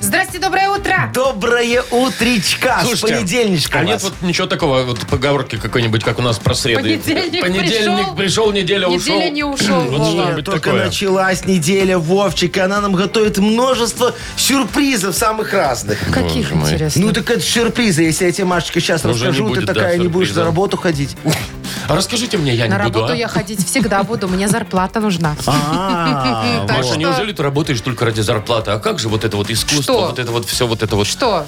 Здрасте, доброе утро. Доброе утречка Слушайте, с понедельничком А нет вас. вот ничего такого, вот поговорки какой-нибудь, как у нас про среду. Понедельник пришел, Понедельник пришел, неделя ушел. неделя не ушел, Вот Вова. что-нибудь Только такое. началась неделя Вовчик, и она нам готовит множество сюрпризов самых разных. Каких мой. интересно? Ну так это сюрпризы, если я тебе, Машечка, сейчас Уже не расскажу, будет, ты да, такая не будешь сюрпризов. на работу ходить. А расскажите мне, я не На ну буду, работу а? я ходить всегда буду, мне зарплата нужна. А, Так Маша, что- неужели ты работаешь только ради зарплаты? А как же вот это вот искусство, Что? вот это вот все, вот это вот Что?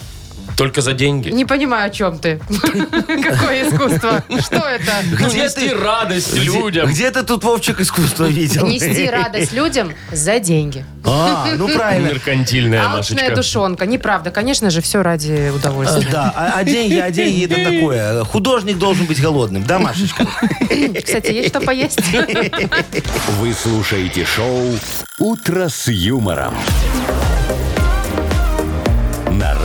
только за деньги? Не понимаю, о чем ты. Какое искусство? Что это? Нести радость где- людям. Где ты тут, Вовчик, искусство видел? Ну, Нести радость людям за деньги. А, ну правильно. Меркантильная, Алчная Машечка. душонка. Неправда, конечно же, все ради Э, удовольствия. Да, а а деньги, а деньги это такое. Художник должен быть голодным, да, Машечка? Кстати, есть что поесть? Вы слушаете шоу «Утро с юмором». На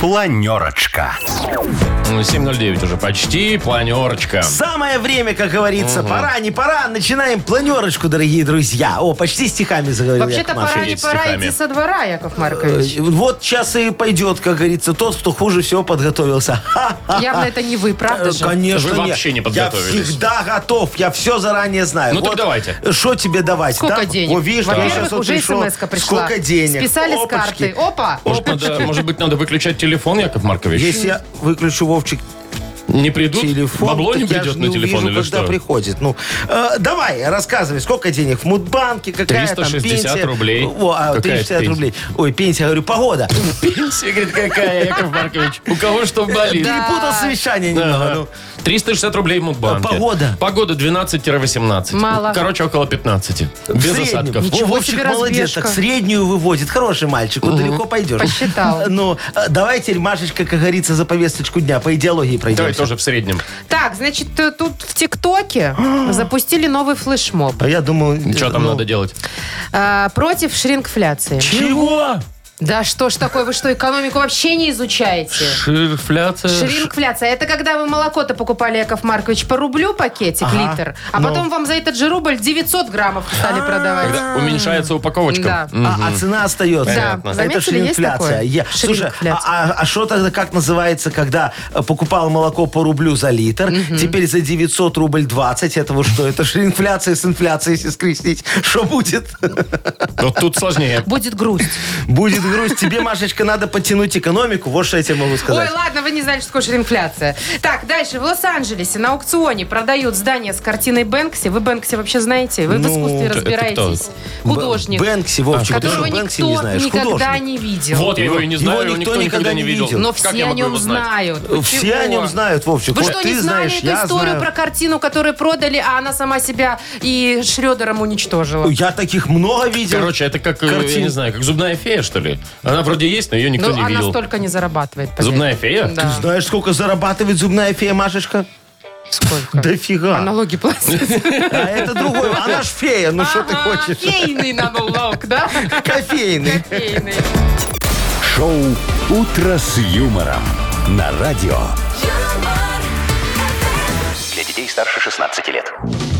Планерочка. Ну, 7.09 уже почти, планерочка. Самое время, как говорится. Пора, не пора. Начинаем планерочку, дорогие друзья. О, почти стихами заговорил Вообще-то я к Маше. пора не есть пора стихами. идти со двора, Яков Э, Маркович. Вот сейчас и пойдет, как говорится, тот, кто хуже всего подготовился. Ха-ха-ха. Явно это не вы, правда Э, же? Конечно, Вы нет. вообще не подготовились. Я всегда готов, я все заранее знаю. Ну так давайте. Что тебе давать? Сколько да? денег? О, видишь, я Во-первых, щас вот уже пришел. смс-ка пришла. Сколько денег? Списали Опачки. с карты. Опа! Может, надо- может быть, надо выключать телефон, Яков Маркович? Если я выключу Вовчик Не придут? телефон, Ну, Бабло не так я придет же на телефон увижу, или когда что? приходит. Ну, э, давай, рассказывай, сколько денег в Мудбанке, какая там 360 пенсия? рублей. О, а, Какая 360 пенсия? рублей. Ой, пенсия, говорю, погода. Пенсия, говорит, какая, Яков Маркович? У кого что болит? Перепутал совещание немного. Ага. ну. 360 рублей в Мудбанке. А погода? Погода 12-18. Мало. Короче, около 15. В Без среднем. осадков. Во, Ничего Вовчик себе молодец, разбежка. так среднюю выводит. Хороший мальчик, вот далеко пойдешь. Посчитал. Ну, э, давайте, Машечка, как говорится, за повесточку дня по идеологии Давай пройдем. тоже в среднем. Так, значит, э, тут в ТикТоке запустили новый флешмоб А я думал... Что там ну, надо делать? э, против шрингфляции. Чего? Да что ж такое, вы что, экономику вообще не изучаете? Ширфляция. Шрингфляция. Это когда вы молоко-то покупали, Яков Маркович, по рублю пакетик, Ага. литр, а Ну. потом вам за этот же рубль 900 граммов стали продавать. Когда уменьшается упаковочка. Да. М. А, а цена остается. Да, Понятно. Это заметили, есть шрингфляция. такое? Я- Слушай, Шрингфляция. а что тогда, как называется, когда э, покупал молоко по рублю за литр, теперь за 900 рубль 20, этого что? Это шрингфляция с инфляцией, если скрестить. Что будет? Вот тут сложнее. Будет грусть. Будет грусть. Тебе, Машечка, надо подтянуть экономику. Вот что я тебе могу сказать. Ой, ладно, вы не знали, что такое шрингфляция. Так, дальше. В Лос-Анджелесе на аукционе продают здание с картиной Бэнкси. Вы Бэнкси вообще знаете? Вы Ну, в это- искусстве это разбираетесь? Художник. Б- Бэнкси, Вовчик, ты которого что, никто Бэнкси не знаешь? никогда Художник. не видел. Вот, я его и не Его знаю, его никто никогда не видел. Но Как я все о могу нем его знать? знают. Э, Все Чего? о нем знают, Вовчик. Вы Вот что, ты не знали знаешь, эту я историю знаю. про картину, которую продали, а она сама себя и Шредером уничтожила? Я таких много видел. Короче, это как, э, я Картин. не знаю, как зубная фея, что ли? Она вроде есть, но ее никто Ну, не она видел. столько не зарабатывает. поверь. Зубная фея? Да. Знаешь, сколько зарабатывает зубная фея Машечка? Сколько? Дофига. Налоги платят. А это другой. Она ж фея, ну что ты Ага, хочешь? Фейный налог, да? Кофейный. Кофейный. Шоу «Утро с юмором» на радио. é Для детей старше 16 лет.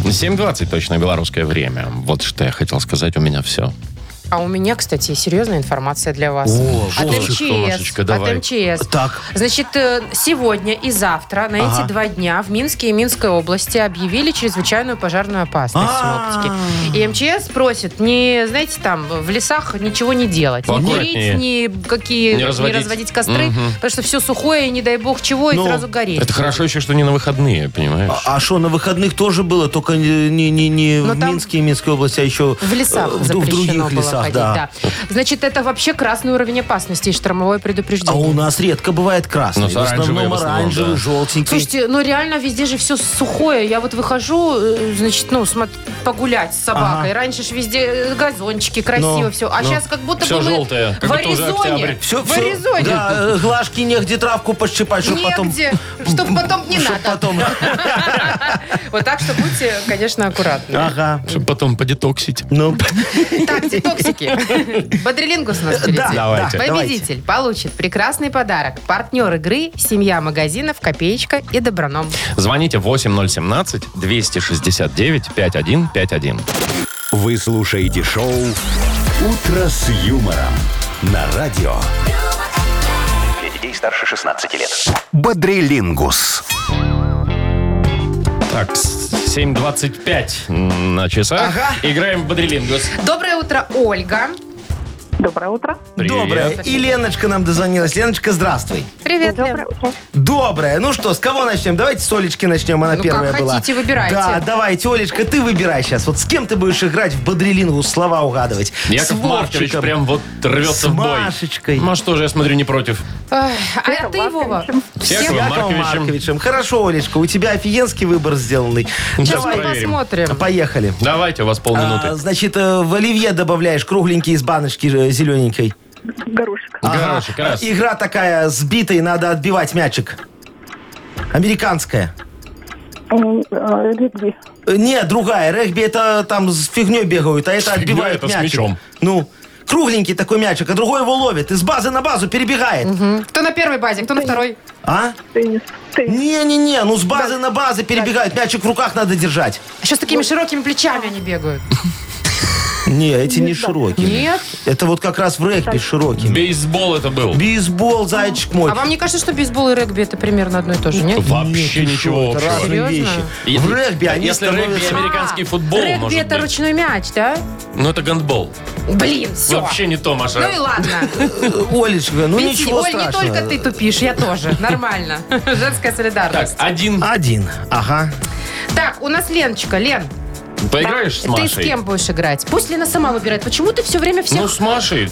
7.20 точно белорусское время. Вот что я хотел сказать, у меня все. А у меня, кстати, серьезная информация для вас. О, от вот МЧС. что, Машечка, давай. От МЧС. Так. Значит, э, сегодня и завтра, на эти два дня, в Минске и Минской области объявили чрезвычайную пожарную опасность А. синоптики. И МЧС просит не, знаете, там, в лесах ничего не делать. Не Поаккуратнее. курить, ни какие, Не не разводить. разводить костры, потому что все сухое, и не дай бог чего, и Ну, сразу гореть. Это хорошо еще, что не на выходные, понимаешь? А что, на выходных тоже было, только не, не, не Но в Ну, там Минске и Минской области, а еще в лесах э, в, в запрещено других было. лесах облаках, ходить, да. Значит, это вообще красный уровень опасности и штормовое А предупреждение. у нас редко бывает красный. У нас в оранжевый основном в основном, оранжевый, да. желтенький. Слушайте, ну реально везде же все сухое. Я вот выхожу, э, значит, ну, смо- погулять с собакой. Ага. Раньше же везде э, газончики, красиво Ну, все. А ну. сейчас как будто Всё бы мы жёлтое, как в будто уже октябрь. Аризоне. Всё- в всё- Аризоне. Да, э, глажки негде травку подщипать, чтобы потом... Негде, чтоб потом не чтоб надо. потом- Вот так что будьте, конечно, аккуратны. Ага. Чтобы потом подетоксить. Ну, Так, детоксики. Бодрилингус у нас впереди. да, Давайте. да, давайте. Победитель получит прекрасный подарок. Партнер игры «Семья магазинов», «Копеечка» и «Доброном». Звоните 8017-269-5151. Вы слушаете шоу «Утро с юмором» на радио. Для детей старше 16 лет. Бодрилингус. Так, с- 7.25 на часах. Играем в Бодрилингус. Доброе утро, Ольга. Доброе утро. Доброе. И Леночка нам дозвонилась. Леночка, здравствуй. Привет, Лен. Доброе утро. Доброе. Ну что, с кого начнем? Давайте с Олечки начнем. Она Ну, как первая была. хотите, выбирайте. Да, давайте, Олечка, ты выбирай сейчас. Вот с кем ты будешь играть в бодрелингу, слова угадывать. с Яков Маркович Вовчиком, прям вот с рвется в бой. Ну Машечкой. Маш тоже, я смотрю, не против. Ой, А ты, Вова? Марковичем. С Яковом Яковом Марковичем. Марковичем. Хорошо, Олечка, у тебя офигенский выбор сделанный. Сейчас мы Давай. посмотрим. Поехали. Давайте, у вас А, полминуты. значит, э, в оливье добавляешь кругленький из баночки э, зелененькой. Горошек. Горошек, раз. Игра такая сбитая, надо отбивать мячик. Американская. М, э, Регби. Э, Не, другая. Регби это там с фигней бегают, а это фигней отбивают это с мячик. мячом. Ну, кругленький такой мячик, а другой его ловит. Из базы на базу перебегает. М, Кто на первой базе, кто на второй? А? Теннис. Теннис. Не-не-не, ну с базы на базы перебегает. Мячик в руках надо держать. Еще А с Ну. такими широкими плечами они бегают. Не, эти не широкие. Нет? Это вот как раз в регби широкие. Бейсбол это был. Бейсбол, зайчик мой. А вам не кажется, что бейсбол и регби это примерно одно и то же, нет? Вообще Ты ничего что, это общего. разные Серьезно? вещи. Если- в регби они если регби, становятся- американ- американский А, футбол, Регби может это быть. ручной мяч, да? Ну это гандбол. Блин, все. Вообще не то, Маша. Ну и ладно. Олечка, ну Видите, ничего Оль, не страшного. только ты тупишь, я тоже. Нормально. Женская Так, солидарность. один. А, Один. Ага. Так, у нас Леночка. Лен, Поиграешь с ты Машей? с кем будешь играть? Пусть Лена сама выбирает. Почему ты все время Ну, всех... с Машей.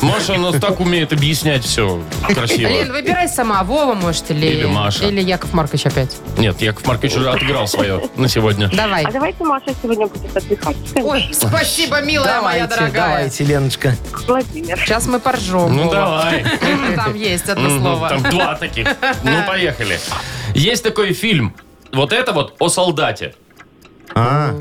Маша у нас так умеет объяснять все Лен, красиво. выбирай сама. Вова, может, или... Ну Или Маша. Или Яков Маркович опять. Нет, Яков Маркович уже отыграл свое на сегодня. Давай. А давайте Маша сегодня будет отдыхать. Ой, спасибо, милая моя Давайте, дорогая. давайте, Леночка. Владимир. Сейчас мы поржем. Ну Вова. давай. Там есть одно Мгм, слово. Там два таких. Ну, поехали. Есть такой фильм. Вот это вот о солдате. А,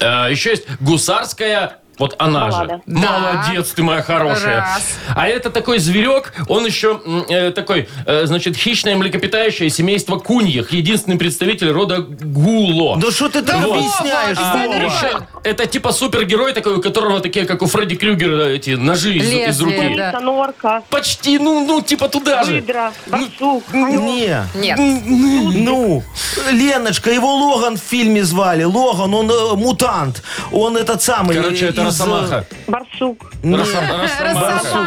Э, Еще есть гусарская, вот она же. Баллада. Да. Молодец ты моя хорошая. Раз. А это такой зверек, он еще м, э, такой, э, значит, хищное млекопитающее семейство куньих, единственный представитель рода гуло. ну что ты там вот. объясняешь? Вова, А, объясняй, Вова? нормально. еще это типа супергерой такой, у которого такие, как у Фредди Крюгера, эти ножи из, Лезвие, из руки. да. Птица, норка, Почти, ну, ну, типа туда же. выдра, барсук. Не. Нет. Ну, Леночка, его Логан в фильме звали. Логан, он э, мутант. Он этот самый... э, Короче, это из, э, Росомаха. Барсук. не, Росом- Росомаха. Барсук,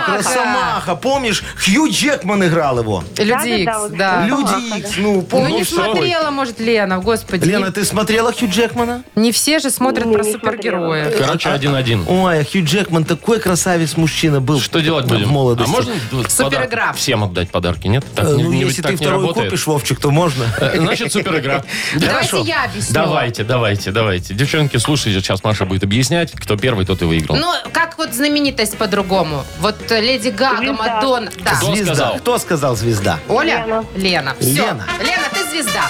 Росомаха. Росомаха. Помнишь, Хью Джекман играл его. Люди Да-да-да, Икс, вот да. Люди Икс, ну, Ну, помнишь? не что вы. смотрела, может, Лена, господи. Лена, не, ты смотрела Хью Джекмана? не все же смотрят Не, про не супергероев. Короче, А- один-один. Ой, Хью Джекман такой красавец мужчина был. Что делать будем? В молодости. А можно вот Суперигра. подарок всем отдать подарки, нет? Так, Э, не- Ну, не- если так ты не вторую работает. купишь, Вовчик, то можно. Э, Значит, суперигра. Давайте Хорошо. я объясню. Давайте, давайте, давайте. Девчонки, слушайте, сейчас Маша будет объяснять, кто первый, тот и выиграл. Ну, как вот знаменитость по-другому? Вот э, Леди Гага, Звезда. Мадонна. Да. Кто звезда. сказал? Кто сказал звезда? Оля? Лена. Лена. Все. Лена. Лена, ты звезда.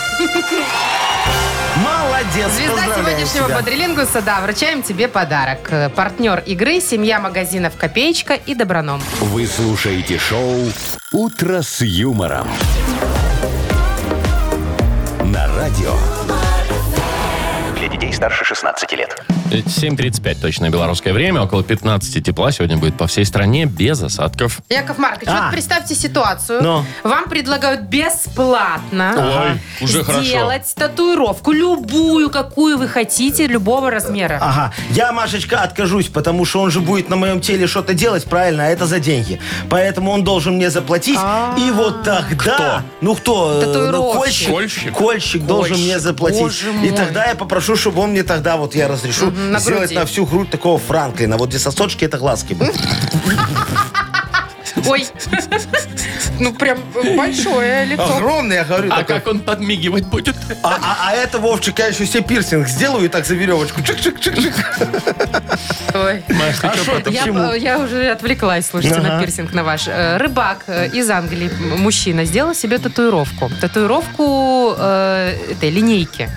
Молодец, Звезда поздравляю сегодняшнего тебя. бодрилингуса, да, вручаем тебе подарок. Э, Партнер игры «Семья магазинов Копеечка» и Доброном. Вы слушаете шоу «Утро с юмором». На радио. Для детей старше 16 лет. Э, 7.35 точное белорусское время, около 15 тепла сегодня будет по всей стране, без осадков. Яков Маркович, А. вот представьте ситуацию. Ну. Вам предлагают бесплатно Ой, уже хорошо. сделать татуировку, любую, какую вы хотите, любого размера. Ага, я, Машечка, откажусь, потому что он же будет на моем теле что-то делать, правильно, а это за деньги. Поэтому он должен мне заплатить, и вот тогда... Ну кто? э, ну, Татуировщик. Кольщик. Кольщик? Кольщик должен мне заплатить. боже мой. И тогда я попрошу попрошу, чтобы он мне тогда, вот я разрешу, Мгм, на сделать груди. на всю грудь такого Франклина. Вот где сосочки, это глазки будут. Ой. Ну, прям большое лицо. Огромный, я говорю, А такой. как он подмигивать будет? А, а- а это, Вовчик, я еще себе пирсинг сделаю и так за веревочку. Чик-чик-чик-чик. Ой. Маш, ты А чё шо потом? ты? Я, Почему? э, я уже отвлеклась, слушайте, на пирсинг на ваш. Э, Рыбак э, из Англии, м, мужчина, сделал себе татуировку. Татуировку э, этой линейки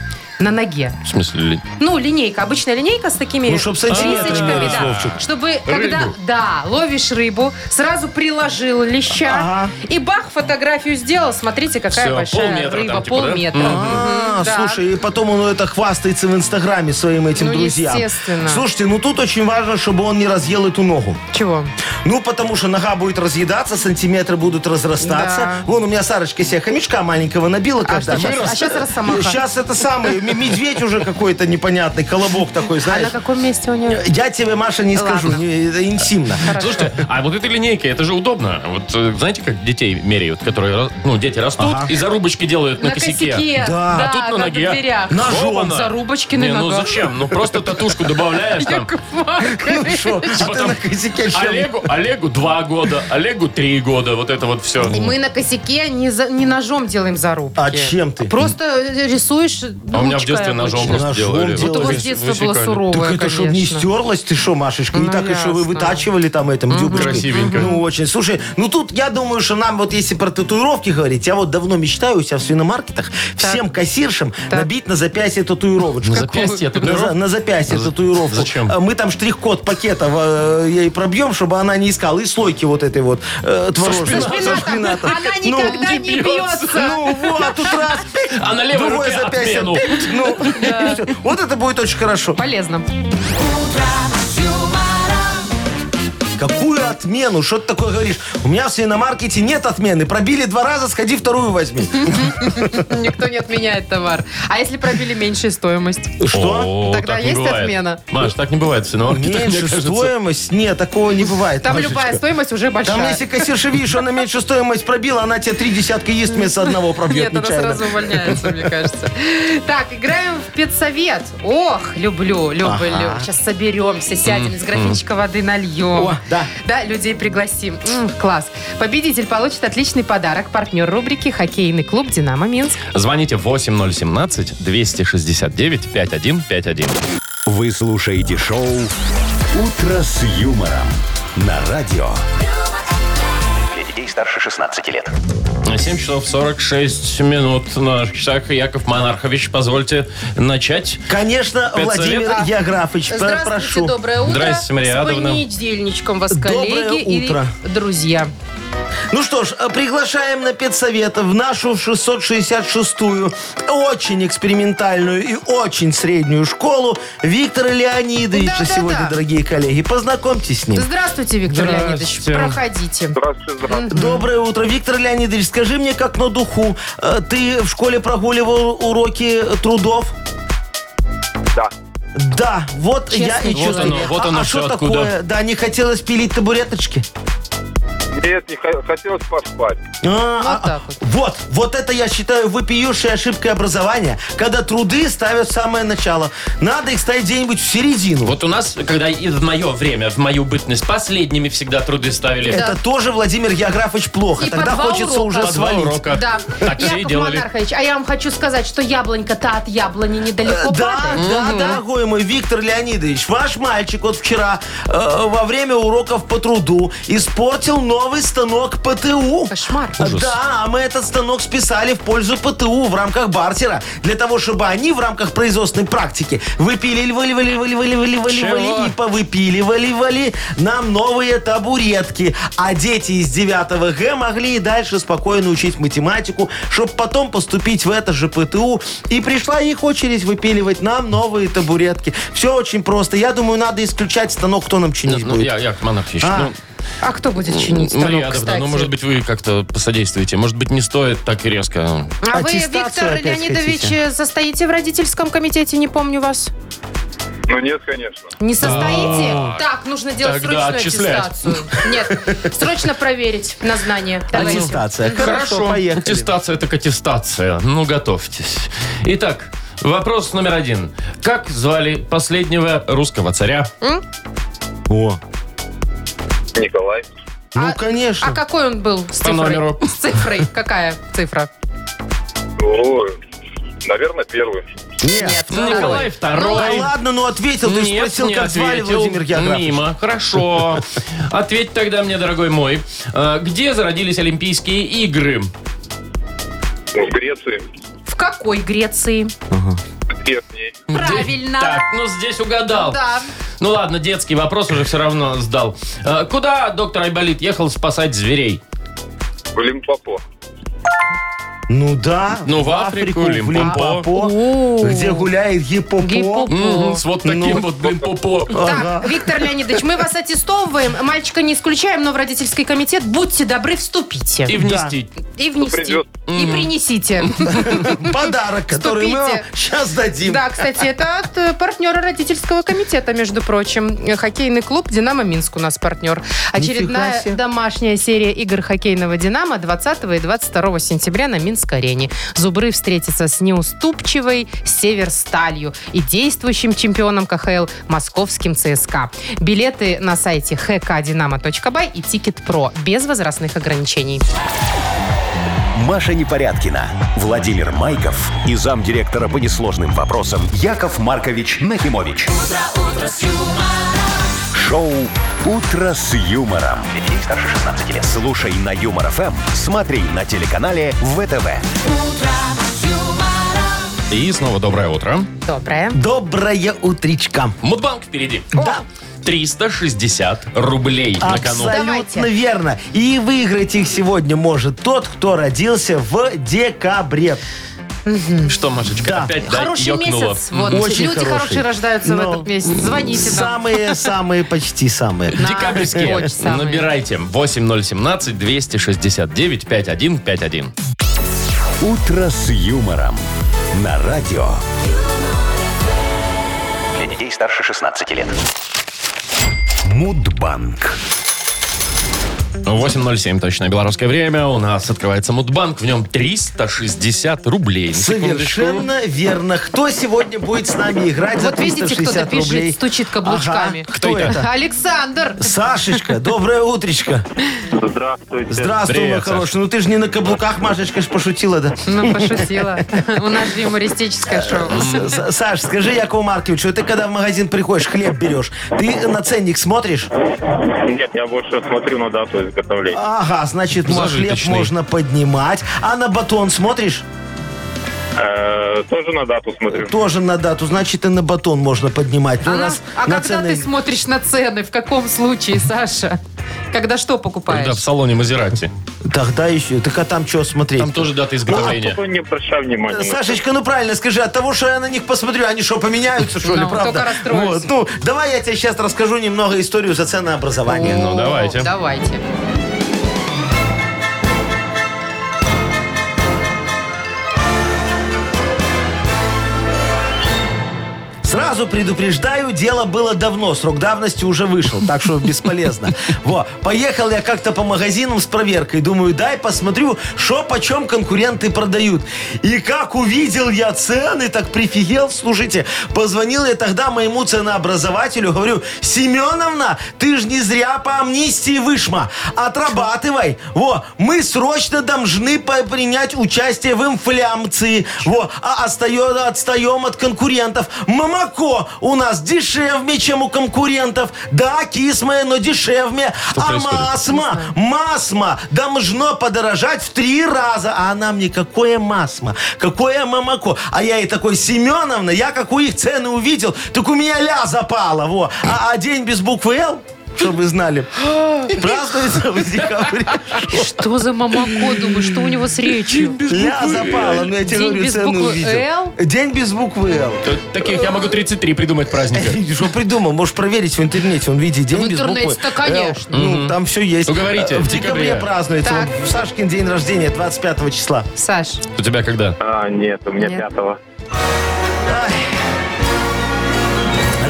на ноге. В смысле? Лень? Ну, линейка, обычная линейка с такими Ну, чтоб сантиметры рисочками, мерить, да. Вовчик. Чтобы когда, да, ловишь рыбу, сразу приложил леща Ага. и бах, фотографию сделал. Смотрите, какая Всё, большая полметра рыба, там, типа, да? полметра. Мгм. А, Мгм, да. слушай, и потом он это хвастается в Инстаграме своим этим Ну, друзьям. естественно. Слушайте, ну тут очень важно, чтобы он не разъел эту ногу. Чего? Ну, потому что нога будет разъедаться, сантиметры будут разрастаться. Да. Вон у меня Сарочка себе хомячка маленького набила, когда. Э, что щас- а щас росомаха. Сейчас это самый м- медведь уже какой-то непонятный, колобок такой, А на знаешь. каком месте у нее? Я тебе, Маша, не Ладно. скажу, не- это интимно. Слушайте, а вот эта линейка, это же удобно. Вот э, знаете, как детей меряют, которые, ну, дети растут и зарубочки делают на, На косяке. Да. А тут на ноге. дверях. Ножом. Оба, Зарубочки на Не, ну ногах. зачем? Ну просто татушку добавляешь там. Яков Маркович. Ну что, а ты Потом на косяке чем? Олегу, Олегу два года, Олегу три года, вот это вот все. Мы на косяке не, за- не ножом делаем зарубки. А чем ты? Просто рисуешь А у меня в детстве ножом просто Ножом делали. делали. Вот у вас Выс- детство было суровое, Так это чтобы не конечно. стерлось, ты что, Машечка? Не Ну, так еще вы ясно. вытачивали там этим дюбочкой. Красивенько. Ну, очень. Слушай, ну тут я думаю, что нам вот если про татуировки говорить, я вот давно мечтаю у себя в свиномаркетах всем кассиршам набить на запястье татуировочку. На запястье На, за- татуировку? на запястье За- татуировку. зачем? А Мы там штрих-код пакета э, ей пробьем, чтобы она не искала. И слойки вот этой вот э, творожной. шпинатом. Со шпинатом. Она Ну, никогда не, не бьется. бьется. ну вот, тут раз. пик, А на левой другое руке запястье. отмену. пик, ну, и всё. Вот это будет очень хорошо. Ну, Полезно. Какую отмену? Что ты такое говоришь? У меня в свиномаркете нет отмены. Пробили два раза, сходи вторую возьми. Никто не отменяет товар. А если пробили меньшую стоимость? Что? О, Тогда так не есть бывает. отмена? Маш, так не бывает в свиномаркетах, мне Меньше кажется. стоимость? Нет, такого не бывает. Там Машечка. любая стоимость уже большая. Там если кассирша видишь, что она меньше стоимость пробила, она тебе три десятка есть вместо одного пробьет Нет, она нечаянно. сразу увольняется, мне кажется. Так, играем в педсовет. Ох, люблю, люблю. Сейчас соберемся, сядем, из графинчика воды нальем. О, да. Да, людей пригласим. М, класс. Победитель получит отличный подарок. Партнер рубрики «Хоккейный клуб «Динамо Минск». Звоните 8017-269-5151. Вы слушаете шоу «Утро с юмором» на радио. Для детей старше 16 лет. 7 часов 46 минут на наших часах. Яков Монархович, позвольте начать. Конечно, Пять Владимир советов. Яграфович, пр- Здравствуйте, прошу. доброе утро. Здрасте, Мария С Адовна. понедельничком вас, Доброе коллеги утро. и друзья. Ну что ж, э, приглашаем на педсовет в нашу 666-ю, очень экспериментальную и очень среднюю школу Виктора Леонидовича Да-да-да. сегодня, дорогие коллеги. Познакомьтесь с ним. Здравствуйте, Виктор Здрасте. Леонидович. Проходите. Здравствуйте, здравствуйте. Доброе утро, Виктор Леонидович. Скажи мне, как на духу, э, ты в школе прогуливал уроки трудов? Да. Да, вот я Честный и человек. Вот чувствую. оно, вот а, оно а всё что откуда. такое? Да, не хотелось пилить табуреточки. Нет, не хо- хотелось поспать. А, Вот а, так а, вот, вот это я считаю вопиющей ошибкой образования, когда труды ставят в самое начало. Надо их ставить где-нибудь в середину. Вот у нас, когда и в мое время, в мою бытность, последними всегда труды ставили. Это тоже, Владимир Географович, плохо. И по Тогда два урока. хочется уже По два свалить. урока. Да. Так все и Яков делали. Монархович, а я вам хочу сказать, что яблонька-то от яблони недалеко Да, падает. да, дорогой мой Виктор Леонидович, ваш мальчик вот вчера э, во время уроков по труду испортил новый станок ПТУ. Кошмар. Ужас. Да, а мы этот станок списали в пользу ПТУ в рамках бартера, для того, чтобы они в рамках производственной практики выпилили, выливали, выливали, выливали, Чего? выливали и повыпиливали, вали нам новые табуретки. А дети из 9 Г могли и дальше спокойно учить математику, чтобы потом поступить в это же ПТУ. И пришла их очередь выпиливать нам новые табуретки. Все очень просто. Я думаю, надо исключать станок, кто нам чинить Ну, будет. я, Яков Монархович, А. ну, А кто будет чинить Мария станок, Адовна, кстати? ну, может быть, вы как-то посодействуете. Может быть, не стоит так и резко. А вы, аттестацию Виктор опять Леонидович, э, хотите? состоите в родительском комитете? Не помню вас. Ну нет, конечно. Не состоите? Так, нужно делать Тогда срочную отчислять. аттестацию. Нет, срочно проверить на знание. Давайте. Аттестация. Хорошо, поехали. Аттестация так аттестация. Ну, готовьтесь. Итак, Вопрос номер один. Как звали последнего русского царя? Ну, О, Николай. ну А- конечно. А какой он был с По цифрой? номеру. С цифрой. Какая цифра? О, наверное, первый. а- Нет, Ну, ну, второй. Николай Да второй. ладно, ну ответил, ты же Нет, спросил, не как звали ответил. Владимир Географович. Мимо. Хорошо. Ответь тогда мне, дорогой мой. э, Где зародились Олимпийские игры? Ну, В Греции. В какой Греции? Древний. Так, Правильно. ну здесь угадал. Да. Ну ладно, детский вопрос уже все равно сдал. Э, Куда доктор Айболит ехал спасать зверей? В Лимпопо. Ну да. Ну, в Африку, в Лимпопо. О. где гуляет гипопо. Ну, Гиппоп- Мгм, С вот Ну. таким вот, блин, Э, попо. Так, Виктор Леонидович, мы вас аттестовываем. Мальчика не исключаем, но в родительский комитет будьте добры, вступите. И внести. И внести. Придет. И принесите. Подарок, который мы вам Вступите. сейчас дадим. Да, кстати, это от э, партнера родительского комитета, между прочим. Э, Хоккейный клуб «Динамо Минск» у нас партнер. Нифига Очередная себе. домашняя серия игр хоккейного «Динамо» 20 и 22 сентября на Минск-арене. Зубры встретятся с неуступчивой «Северсталью» и действующим чемпионом КХЛ московским ЦСКА. Билеты на сайте hkdinamo.by и Ticket.pro без возрастных ограничений. Маша Непорядкина, Владимир Майков и замдиректора по несложным вопросам Яков Маркович Нахимович. Шоу Утро с юмором. Для детей старше 16 лет. Слушай на юмор ФМ, смотри на телеканале ВТВ. И снова доброе утро. Доброе. Доброе утречко. Мудбанк впереди. Да. 360 рублей на кону. Абсолютно Давайте. верно. И выиграть их сегодня может тот, кто родился в декабре. Что, Машечка, Да. опять да, Хороший ёкнуло? месяц. Вот. Очень Люди хороший. хорошие рождаются в Но этот месяц. Звоните нам. Самые-самые, почти самые. На Декабрьские. Очень самые. Набирайте 8017-269-5151. Утро с юмором. На радио. Для детей старше 16 лет. Мудбанк. 8.07 точное белорусское время. У нас открывается Мудбанк. В нем 360 рублей. На секундочку. Совершенно верно. Кто сегодня будет с нами играть за Вот видите, 360 кто-то пишет, рублей? стучит каблучками. Ага. Кто это? Александр! Сашечка, доброе утречко. Здравствуйте. Здравствуй, мой Привет, Саш. хороший. Ну ты же не на каблуках, Машечка ж пошутила, да. Ну, пошутила. У нас же юмористическое шоу. С- С- Саш, скажи Якову Марковичу, ты когда в магазин приходишь, хлеб берешь, ты на ценник смотришь? Нет, я больше смотрю на дату изготовления. Ага, значит, на хлеб Зажиточный. можно поднимать. А на батон смотришь? Э, Тоже на дату смотрю. Тоже на дату, значит, и на батон можно поднимать. Но А, у нам- нас а на когда цены- ты смотришь на цены? В каком случае, Саша? Когда что покупаешь? Когда в салоне Мазерати. Тогда еще. Так а там что смотреть? Там тоже дата изготовления. Особо А не обращай внимания. на Сашечка, ну правильно скажи, от того, что я на них посмотрю, они что, поменяются, что ли, Ну, правда? только расстроишься. Вот, ну, давай я тебе сейчас расскажу немного историю за ценообразование. Ну, О, давайте. Давайте. Сразу предупреждаю, дело было давно, срок давности уже вышел, так что бесполезно. Во, поехал я как-то по магазинам с проверкой, думаю, дай посмотрю, что почем конкуренты продают. И как увидел я цены, так прифигел, слушайте, позвонил я тогда моему ценообразователю, говорю, Семеновна, ты ж не зря по амнистии вышма, отрабатывай. Во, мы срочно должны по- принять участие в инфляции. Во, а остаем, отстаем от конкурентов. Мамако у нас дешевле, чем у конкурентов. Да, кисмое, но дешевле. а происходит? масма, масма должно подорожать в три раза. А она мне, какое масма, какое мамако. А я ей такой, Семеновна, я как у их цены увидел, так у меня ля запала. Во. А, а день без буквы Л, чтобы вы знали, празднуется в декабре. Что за мамако, думаю, что у него с речью? Ля запала, но я тебе День говорю, без цену буквы увидел. День без буквы Л. Тут Таких я могу 33 придумать праздника. Что придумал? Можешь проверить в интернете. Он видит день В без буквы. интернете-то, конечно. Л. Ну, там все есть. Ну, говорите, Э, В в декабре. декабре празднуется. Так. Он- Сашкин день рождения, 25 числа. Саш, У тебя когда? А, нет, у меня Нет. пятого.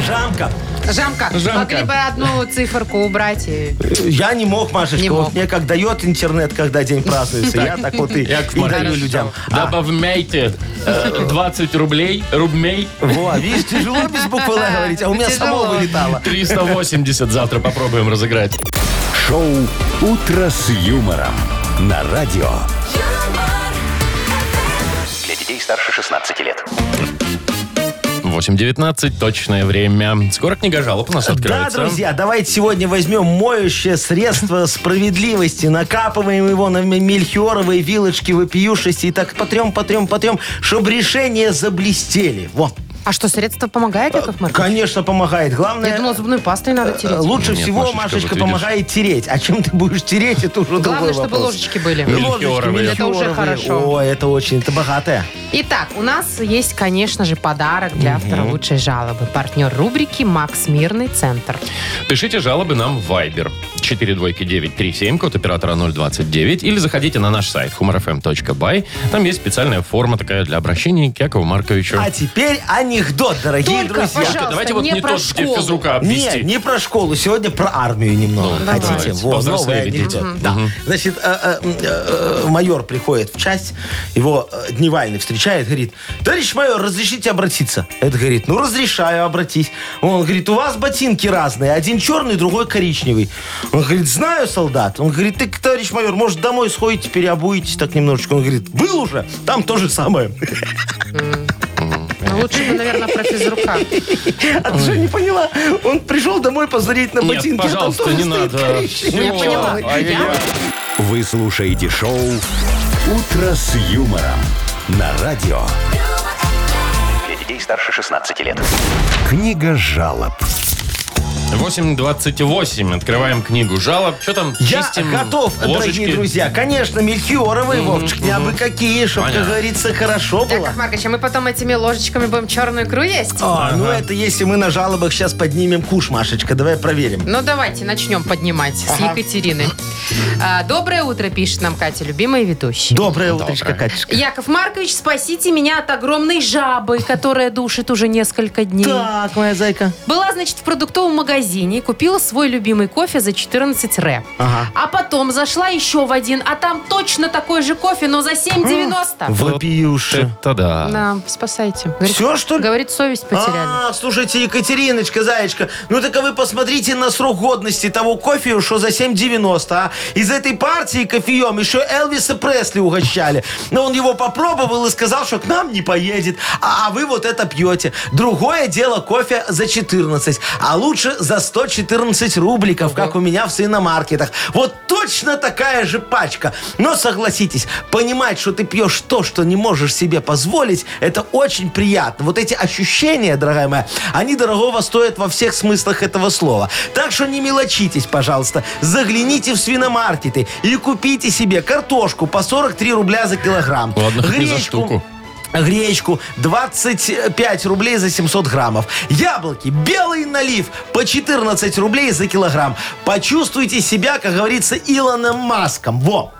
Жамка. Жамка, Жамка. могли бы одну циферку убрать. и- Я не мог, Машечка. Не Вот мог. мне как дает интернет, когда день празднуется. Я так вот и, и Яков даю Маркович, людям. А, Добавляйте э, 20 рублей, рублей вот, видишь, тяжело без буквы Л говорить, а у меня Тяжело. само вылетало. 380 завтра попробуем разыграть. Шоу «Утро с юмором» на радио. Для детей старше 16 лет. 8.19, точное время. Скоро книга жалоб у нас Да, откроется. друзья, давайте сегодня возьмем моющее средство справедливости, накапываем его на мельхиоровые вилочки вопиюшести и так потрем, потрем, потрем, чтобы решения заблестели. Вот. А что, средство помогает, Яков Маркович? Конечно, помогает. Главное... Я думала, зубной пастой надо э, тереть. Лучше Нет, всего, Машечка, Машечка, вот видишь. помогает тереть. А чем ты будешь тереть, это уже Главное, другой чтобы вопрос. ложечки были. Мельхиоровые. Ложечки Это уже мельхиоровые. хорошо. О, это очень, это богатая. Итак, у нас есть, конечно же, подарок для автора лучшей жалобы. Партнер рубрики «Макс Мирный Центр». Пишите жалобы нам в Viber 42937, код оператора 029, или заходите на наш сайт humorfm.by. Там есть специальная форма такая для обращения к Якову Марковичу. А теперь анекдот, дорогие Только, друзья. пожалуйста, Давайте вот не не про тот, где школу. физрука обвести. Не, не про школу, сегодня про армию немного. Ну, Хотите? давайте, Во, новый повзрослее анекдот. ведите. Да. Мгм. Значит, э, э, м, э, э, майор приходит в часть, его э, дневальный встречает, говорит, товарищ майор, разрешите обратиться? Это говорит, ну разрешаю обратись. Он говорит, у вас ботинки разные, один черный, другой коричневый. Он говорит, знаю, солдат. Он говорит, ты, товарищ майор, может домой сходите, переобуетесь так немножечко. Он говорит, был уже, там то же самое. Ну, лучше бы, наверное, про физрука. А ты что, не поняла? Он пришел домой посмотреть на Нет, ботинки. а там пожалуйста, тоже не стоит надо. коричневый. Я поняла. Вы слушаете шоу «Утро с юмором» на радио. Для детей старше 16 лет. Книга жалоб. 8.28. Открываем книгу жалоб. Что там? Я чистим готов, ложечки? дорогие друзья. Конечно, мельхиоровые, Вовчик, не абы какие, чтобы, как Понятно. говорится, хорошо было. Яков Маркович, а мы потом этими ложечками будем черную икру есть? А, ну это если мы на жалобах сейчас поднимем куш, Машечка. Давай проверим. Ну, давайте начнем поднимать с Екатерины. А, Доброе утро, пишет нам Катя, любимая ведущая. Доброе Ну, утречко, Катюшка. Яков Маркович, спасите меня от огромной жабы, которая душит уже несколько дней. Так, моя зайка. Была, значит, в продуктовом магазине, купила свой любимый кофе за 14 ре. Ага. А потом зашла еще в один, а там точно такой же кофе, но за 7,90. Вопиюши. Это да. На, спасайте. Говорит, Все, что ли? говорит, совесть потеряли. А, слушайте, Екатериночка, зайчка, ну так а вы посмотрите на срок годности того кофе, что за 7,90, а? Из этой партии кофеем еще Элвиса Пресли угощали. Но он его попробовал и сказал, что к нам не поедет, а, а вы вот это пьете. Другое дело кофе за 14, а лучше за 114 рубликов, как у меня в свиномаркетах. Вот точно такая же пачка. Но согласитесь, понимать, что ты пьешь то, что не можешь себе позволить, это очень приятно. Вот эти ощущения, дорогая моя, они дорогого стоят во всех смыслах этого слова. Так что не мелочитесь, пожалуйста. Загляните в свиномаркеты и купите себе картошку по 43 рубля за килограмм. Ладно, хоть не за штуку. Гречку 25 рублей за 700 граммов. Яблоки, белый налив по 14 рублей за килограмм. Почувствуйте себя, как говорится, Илоном Маском. Во!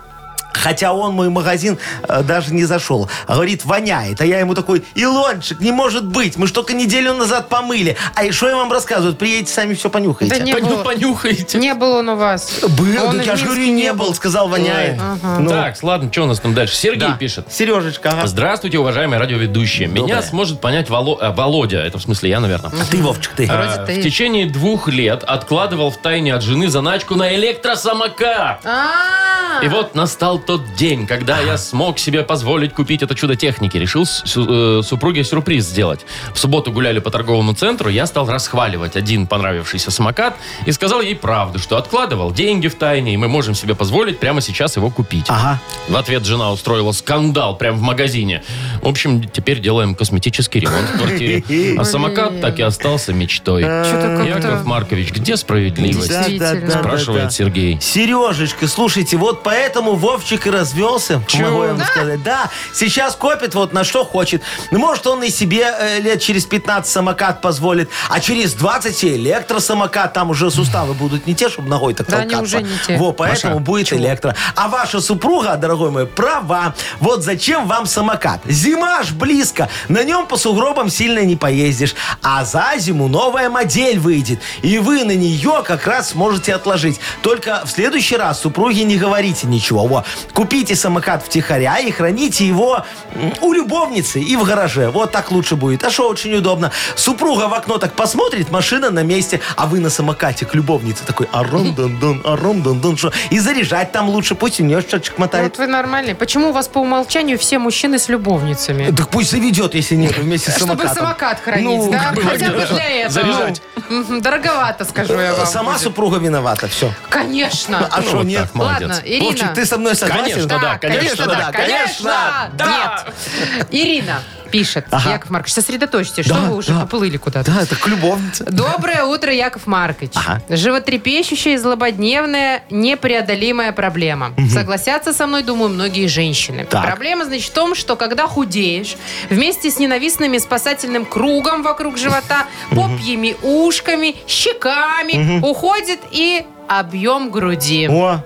Хотя он мой магазин э, даже не зашел. А Говорит, воняет. А я ему такой, Илончик, не может быть. Мы ж только неделю назад помыли. А и что я вам рассказываю? Приедете, сами все понюхаете. Да не Пон- было. ну, понюхайте. Не был он у вас. Был, Он да и в я Минске же говорю, не был. Сказал, воняет. Ну, Так, ладно, что у нас там дальше? Сергей пишет. Сережечка, ага. Здравствуйте, уважаемые радиоведущие. Меня Доброе. сможет понять Воло- э, Володя. Это в смысле я, наверное. А ты, Вовчик, ты. Вроде В ты- течение двух лет откладывал в тайне от жены заначку на электросамокат. А, И вот настал тот день, когда я смог себе позволить купить это чудо техники. Решил с- су- э, супруге сюрприз сделать. В субботу гуляли по торговому центру, я стал расхваливать один понравившийся самокат и сказал ей правду, что откладывал деньги в тайне, и мы можем себе позволить прямо сейчас его купить. Ага. В ответ жена устроила скандал прямо в магазине. В общем, теперь делаем косметический ремонт в квартире. А самокат так и остался мечтой. Э, что-то Яков как-то... Маркович, где справедливость? Да, Действительно. Спрашивает Сергей. Сережечка, слушайте, вот поэтому Вовчик и развелся, могу я вам сказать. Да, сейчас копит вот на что хочет. Ну, может, он и себе э, лет через 15 самокат позволит, а через 20 и электросамокат, там уже суставы будут не те, чтобы ногой так Да, они толкаться. уже не те. Во, поэтому будет электро. А ваша супруга, дорогой мой, права. Вот зачем вам самокат? Зимой Примаш близко. На нем по сугробам сильно не поездишь. А за зиму новая модель выйдет. И вы на нее как раз сможете отложить. Только в следующий раз супруге не говорите ничего. Во. Купите самокат втихаря и храните его м, у любовницы и в гараже. Вот так лучше будет. А что очень удобно. Супруга в окно так посмотрит, машина на месте, а вы на самокате к любовнице такой «А аром дон дон аром дон дон что. И заряжать там лучше, пусть у нее счетчик мотает. Вот вы нормальные. Почему у вас по умолчанию все мужчины с любовницами? Так пусть заведет, если нет, вместе с Чтобы самокатом. самокат хранить, Ну, да? как бы, Хотя бы для этого. Заряжать. Мгм, Дороговато, скажу я вам. Сама супруга виновата, все. Конечно. А что, Ну, вот нет? так, молодец. Ладно, Ирина. Вовчик, ты со мной согласен? Конечно, да, конечно, да, конечно, да. Нет. Ирина пишет. Ага. Яков Маркович, сосредоточьтесь, что Да, вы уже да. поплыли куда-то. Да, это к любовнице. Доброе утро, Яков Маркович. Ага. Животрепещущая и злободневная непреодолимая проблема. Согласятся со мной, думаю, многие женщины. Так. Проблема, значит, в том, что когда худеешь, вместе с ненавистным спасательным кругом вокруг живота, попьями ушками, щеками уходит и объем груди. О,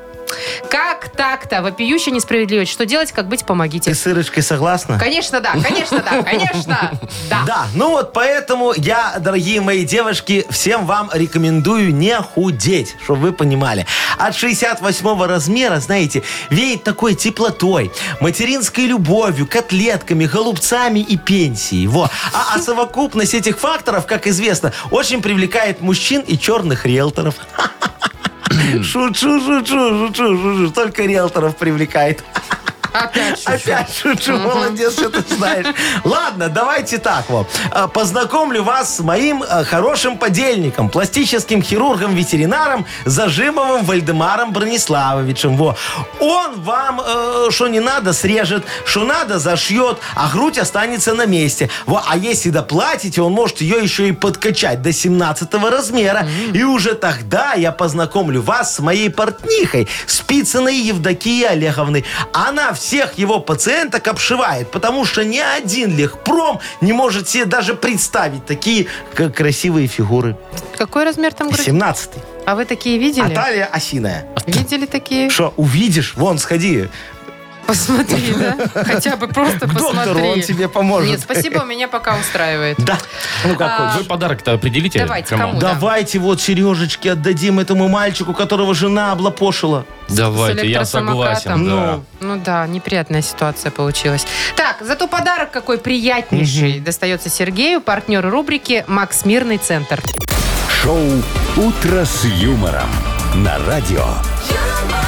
Как так-то? Вопиющая несправедливость. Что делать, как быть, помогите. ты с Ирочкой согласна? Конечно, да, конечно, да, конечно, да. Да, ну вот поэтому я, дорогие мои девушки, всем вам рекомендую не худеть, чтобы вы понимали. От 68 размера, знаете, веет такой теплотой, материнской любовью, котлетками, голубцами и пенсией. Во. А, а совокупность этих факторов, как известно, очень привлекает мужчин и черных риэлторов. Шучу, шучу, шучу, шучу. Только риэлторов привлекает. Опять шучу. Опять шучу, молодец, что ты знаешь. Ладно, давайте так вот. А, Познакомлю вас с моим а, хорошим подельником, пластическим хирургом-ветеринаром Зажимовым Вальдемаром Брониславовичем. Во. Он вам, э, что не надо, срежет, что надо, зашьет, а грудь останется на месте. Во. А если доплатите, он может ее еще и подкачать до 17 размера. И уже тогда я познакомлю вас с моей партнихой, Спицыной Евдокией Олеговной. Она всех его пациенток обшивает, потому что ни один легпром не может себе даже представить такие к- красивые фигуры. Какой размер там груди? 17 А вы такие А видели? талия осиная. Видели такие? А Что, увидишь? Вон, сходи. Посмотри, да? Хотя бы просто К доктору, посмотри. он тебе поможет. Нет, спасибо, меня пока устраивает. Да. Ну, как хочешь. Вы подарок-то определите. Давайте, ну, кому? да. Давайте вот сережечки отдадим этому мальчику, которого жена облапошила. Давайте, я согласен. электросамокатом. Да. Ну да, неприятная ситуация получилась. Так, зато подарок какой приятнейший достается Сергею, партнеру рубрики «Макс Мирный Центр». Шоу «Утро с юмором» на радио.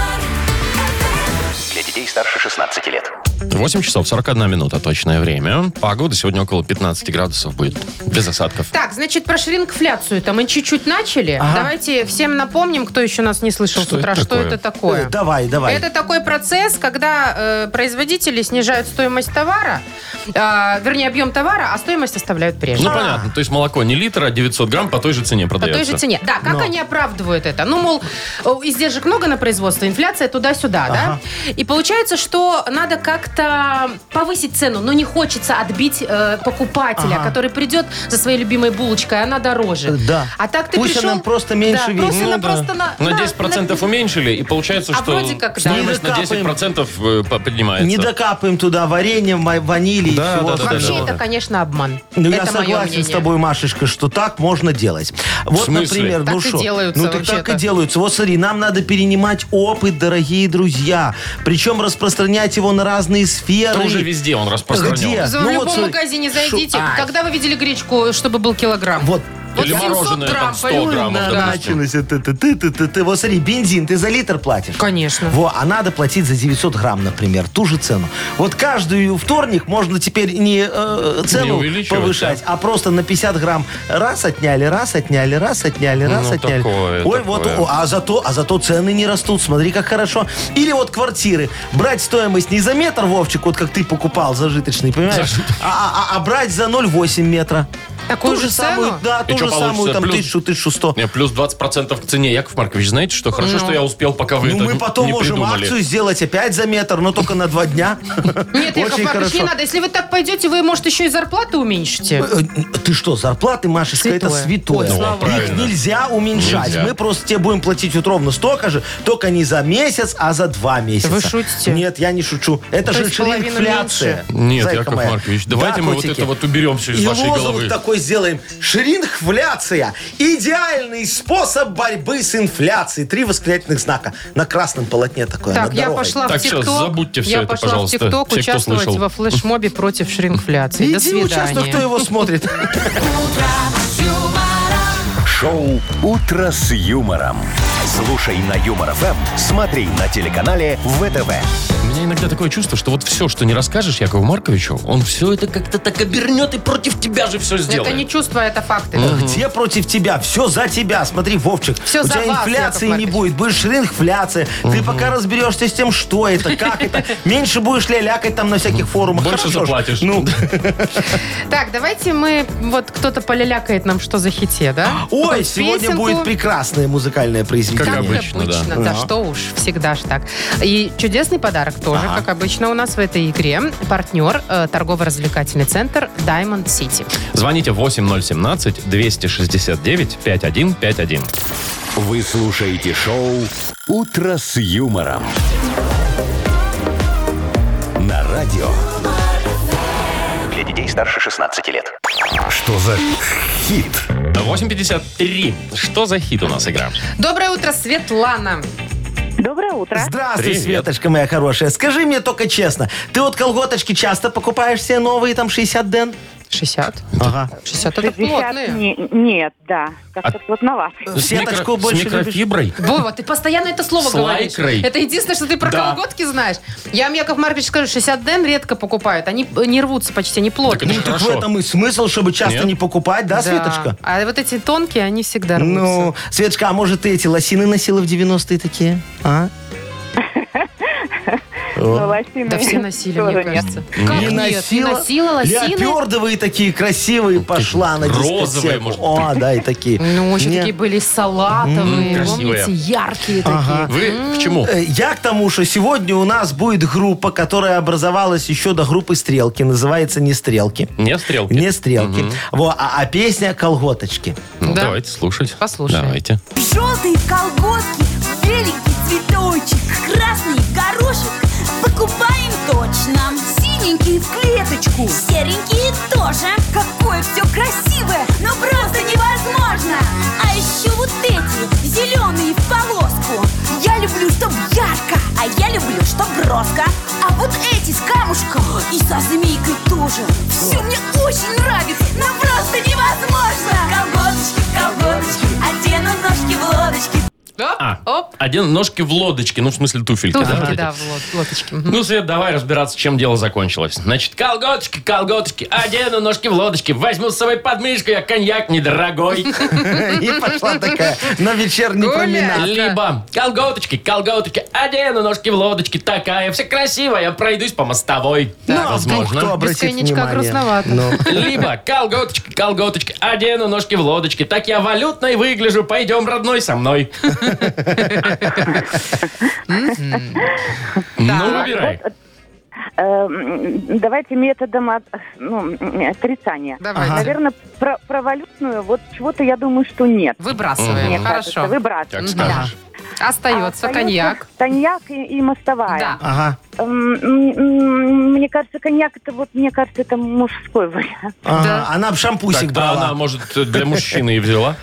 é Для детей старше 16 лет. 8 часов 41 минута точное время. Погода сегодня около 15 градусов будет. Без осадков. Так, значит, про шрингфляцию там мы чуть-чуть начали. Давайте всем напомним, кто еще нас не слышал Что с утра, это что такое? это такое. Э, Давай, давай. Это такой процесс, когда э, производители снижают стоимость товара, э, вернее, объем товара, а стоимость оставляют прежней. Ну, понятно. То есть молоко не литр, а 900 грамм по той же цене Ну, По продается. той же цене. Да, как они оправдывают это? Ну, мол, э, издержек много на производство, инфляция туда-сюда, да? И получается, что надо как-то повысить цену, но не хочется отбить э, покупателя, Ага. Э, который придет за своей любимой булочкой, а она дороже. Да. А так ты Пусть пришел... она просто меньше да, весит. просто Ну она да. просто на... На на- 10% на- уменьшили, и получается, А что вроде как, да. стоимость на Не докапаем. 10% э, по- поднимается. Не докапаем туда варенье, ма- ванили и Да, всего да, да, да, остального. Вообще, да. это, конечно, обман. Ну, это я мое согласен с мнение. тобой, Машечка, что так можно делать. Вот, смысле? например, Так ну и что? делаются Ну, так, так вообще-то. и делаются. Вот смотри, нам надо перенимать опыт, дорогие друзья. Причем распространять его на разные сферы. Это уже везде он распространен. Где? За- Ну, в вот любом смотри, магазине шо- зайдите. Ай. Когда вы видели гречку, чтобы был килограмм? Вот Вот Или 700 мороженое там грамм, 100 граммов, допустим. началось. это, ты, ты, ты, ты, ты. Вот смотри, бензин ты за литр платишь. Конечно. Во, а надо платить за 900 грамм, например, ту же цену. Вот каждую вторник можно теперь не э, Не цену увеличивать, повышать, а просто на 50 грамм раз отняли, раз отняли, раз отняли, раз Ну, отняли. такое, Ой, такое. вот, о, а зато, а зато цены не растут. Смотри, как хорошо. Или вот квартиры. Брать стоимость не за метр, Вовчик, вот как ты покупал зажиточный, понимаешь? А, а- а брать за 0,8 метра. Такую ту же же самую, цену? да, И ту что же самую, получится? там, Плюс- тысячу, тысячу сто. Не, Плюс 20% к цене, Яков Маркович, знаете что? Хорошо, Ну. что я успел, пока вы Ну, это мы потом не можем придумали. акцию сделать опять за метр, но только на два дня. Нет, Яков Маркович, Очень не хорошо. надо. Если вы так пойдете, вы, может, еще и зарплату уменьшите. Э, э, Ты что, зарплаты, Машечка, это Святое. святое. Ой, слава Их богу. нельзя уменьшать. Нельзя. Мы просто тебе будем платить вот ровно столько же, только не за месяц, а за два месяца. Вы шутите? Нет, я не шучу. Это То же есть половину инфляция. Нет, Яков Маркович, давайте мы вот это вот уберем все из И вашей лозунг головы. такой сделаем. Шрингфляция. Идеальный способ борьбы с инфляцией. Три восклицательных знака. На красном полотне такое. Так, над я дорогой. пошла Так, в щас, ТикТок. забудьте всё я это, пожалуйста. пожалуйста, Я пошла в все, кто ТикТок участвовать слышал. во флешмобе против шрингфляции. До Иди свидания. участвуй, кто его смотрит. Шоу «Утро с юмором». Слушай на Юмор ФМ, смотри на телеканале ВТВ. У меня иногда такое чувство, что вот все, что не расскажешь Якову Марковичу, он все это как-то так обернет и против тебя же все сделает. Это не чувство, а это факты. Где против тебя? Все за тебя. Смотри, Вовчик, Всё у за тебя вас, инфляции Яков не Маркович. будет, будешь инфляция. Ты пока разберешься с тем, что это, как это. Меньше будешь лялякать там на всяких форумах. Больше Хорошо ж. заплатишь. Ну, Так, давайте мы... Вот кто-то полялякает нам, что за хите, да? ой, Какую-то сегодня песенку. будет прекрасное музыкальное Как произведение. обычно. да. да. что уж, всегда ж так. И чудесный подарок тоже, как обычно у нас в этой игре. Партнер, э, торгово-развлекательный центр Diamond City. Звоните 8017-269-5151. Вы слушаете шоу «Утро с юмором». На радио. Для детей старше 16 лет. Что за хит? 8.53. Что за хит у нас игра? Доброе утро, Светлана. Доброе утро. Здравствуй, Привет. Светочка моя хорошая. Скажи мне только честно, ты вот колготочки часто покупаешь все новые, там 60 ден? 60. Ага. 60 это 60 плотные. А- не- нет, да, как-то плотновато. С, Сеточку микро- с больше любишь? микрофиброй? Вова, ты постоянно это слово С говоришь. лайкрой. Это единственное, что ты про Да. колготки знаешь. Я вам, Яков Маркович, скажу, 60 ден редко покупают. Они э, не рвутся почти, они Так это плотные. ж Ну, Так в хорошо. этом и смысл, чтобы часто Нет? не покупать, да, Светочка? А вот эти тонкие, они всегда рвутся. Ну, Светочка, а может, ты эти лосины носила в 90-е такие? А? Но лосины Да все носили, тоже мне нет. кажется. Как Не нет? носила. Не носила лосины? Леопардовые такие красивые пошла на дискотеку. Ну, розовые, может быть. О, да, и такие. Ну, еще Не. такие были М, салатовые, красивые. помните, яркие такие. Вы к чему? Э, Я к тому, что сегодня у нас будет группа, которая образовалась еще до группы «Стрелки». Называется «Не стрелки». Не стрелки? Не «Стрелки». Во, а, а песня «Колготочки». Ну, Да. Давайте слушать. Послушаем. Давайте. Желтые колготки, беленький цветочек, красный горошек. Покупаем точно. Синенькие в клеточку, серенькие тоже. Какое все красивое, но просто невозможно. А еще вот эти, зеленые в полоску. Я люблю, чтоб ярко, а я люблю, чтоб броско. А вот эти с камушком и со змейкой тоже. Все мне очень нравится, но просто невозможно. Колготочки, колготочки, одену ножки в лодочки. Оп, А, оп. один ножки в лодочке, ну, в смысле туфельки. Туфельки, вот эти. да, в лод- лодочке. Мгм. Ну, Свет, давай разбираться, чем дело закончилось. Значит, колготочки, колготочки, одену ножки в лодочке, возьму с собой подмышку, я коньяк недорогой. И пошла такая на вечерний Гуляй. променад. Либо колготочки, колготочки, одену ножки в лодочке, такая вся красивая, пройдусь по мостовой. Ну, а вдруг кто возможно. обратит Бесконечко внимание? грустновато. Ну. Либо колготочки, колготочки, одену ножки в лодочке, так я валютной выгляжу, пойдем, родной, со мной. Ну, выбирай. Эм, Давайте методом от- ну, м, отрицания. Давай. Наверное, про, про валютную вот чего-то я думаю, что нет. Мне Выбрасываем, кажется, хорошо. выбрасываем. Как Мгм. скажешь. А Остается коньяк. Коньяк и, и мостовая. Да. Ага, Эм, м, м, Мне кажется, коньяк это вот, мне кажется, это мужской вариант. ага. Да. Она бы шампусик Так-то брала. она, может, для мужчины и взяла.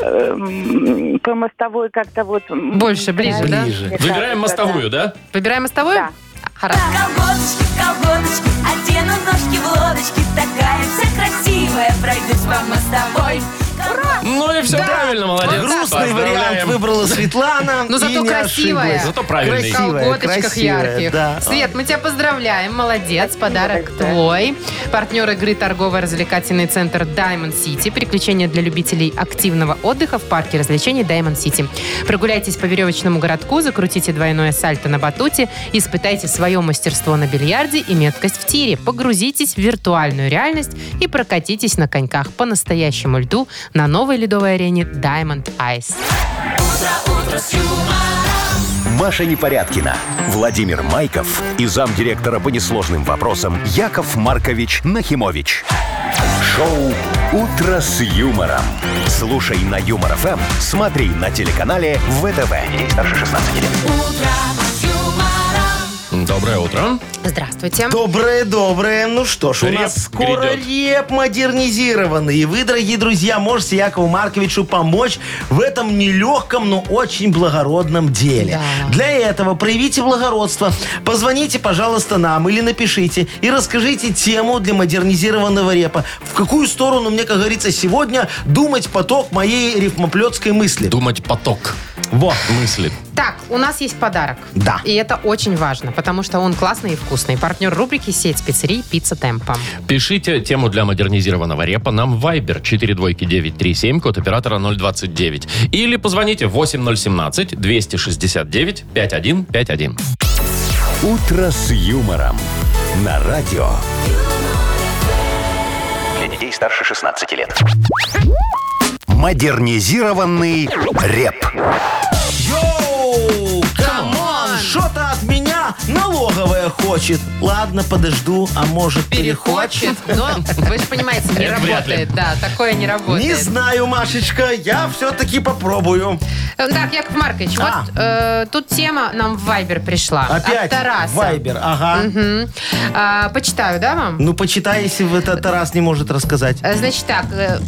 Эм, По мостовой как-то вот... м, Больше, ближе, да? Ближе. мне Выбираем кажется, да. мостовую, да? Выбираем мостовую? Да. Хорошо. Колготочки, колготочки, одену ножки в лодочки. Такая вся красивая, пройдусь по мостовой. Ну и все правильно, молодец. Грустный Поздравляем. вариант выбрала Светлана. Но и зато не красивая. ошиблась. Зато правильный. В Красивая, колготочках красивая, ярких. да. Свет, мы тебя поздравляем. Молодец. Подарок твой. Партнер игры торгово-развлекательный центр Diamond City. Приключения для любителей активного отдыха в парке развлечений Diamond City. Прогуляйтесь по веревочному городку, закрутите двойное сальто на батуте, испытайте свое мастерство на бильярде и меткость в тире. Погрузитесь в виртуальную реальность и прокатитесь на коньках по настоящему льду на новой ледовой арене Diamond Ice. Маша Непорядкина, Владимир Майков и замдиректора по несложным вопросам Яков Маркович Нахимович. Шоу «Утро с юмором». Слушай на Юмор ФМ, смотри на телеканале ВТВ. Ей старше 16 лет. Доброе утро. Здравствуйте. Доброе, доброе. Ну что ж, у Реп нас скоро грядет. реп модернизированный. И вы, дорогие друзья, можете Якову Марковичу помочь в этом нелегком, но очень благородном деле. Да. Для этого проявите благородство. Позвоните, пожалуйста, нам или напишите и расскажите тему для модернизированного репа. В какую сторону мне, как говорится, сегодня думать поток моей рифмоплетской мысли? Думать поток. Во. Мысли. Так, у нас есть подарок. Да. И это очень важно, потому что он классный и вкусный. Партнер рубрики «Сеть пиццерий Пицца Темпа». Пишите тему для модернизированного репа нам в Viber 42937, код оператора 029. Или позвоните 8017-269-5151. «Утро с юмором» на радио. Для детей старше 16 лет. Модернизированный реп. Йоу, камон, что-то от меня налоговая хочет. Ладно, подожду, а может перехочет? Перехочет, но вы же понимаете, не Это вряд ли. работает. Да, такое не Не работает. знаю, Машечка, я все-таки попробую. Э, Так, Яков Маркович, А. вот э, тут тема нам в Вайбер пришла. От Опять А Тараса. Вайбер, ага. Мгм. А, почитаю, да, вам? Ну, почитай, если в это Тарас не может рассказать. Э, Значит так, э,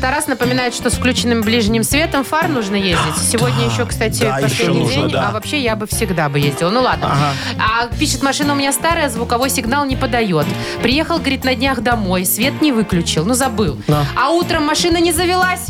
Тарас напоминает, что с включенным ближним светом фар нужно ездить. Сегодня еще, кстати, да, еще последний нужно, день, да. а вообще я бы всегда бы ездила. Ну ладно. А пишет, машина у меня старая, звуковой сигнал не подает. Приехал, говорит, на днях домой, свет не выключил, ну забыл. А утром машина не завелась.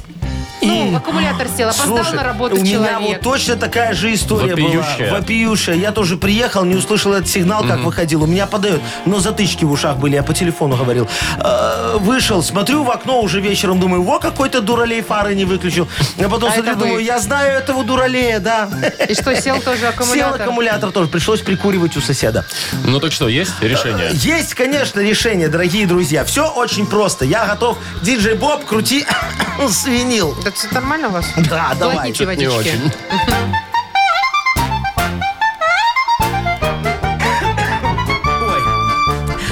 Ну, аккумулятор сел, опоздал Слушай, на работу у меня человек. вот точно такая же история Вопиющая. была. Вопиющая. Я тоже приехал, не услышал этот сигнал, как выходил. У меня подает. Но затычки в ушах были, я по телефону говорил. Э, Вышел, смотрю в окно уже вечером, думаю, во, какой-то дуралей фары не выключил. А потом А смотрю, это вы? думаю, я знаю этого дуралея, да. И что, сел тоже Сел аккумулятор? аккумулятор тоже, пришлось прикуривать у соседа. Ну так что, есть решение? Есть, конечно, решение, дорогие друзья. Все очень просто. Я готов. Диджей Боб, крути свинил. Да все нормально у вас? Да, давай. Глотните Не водички. очень.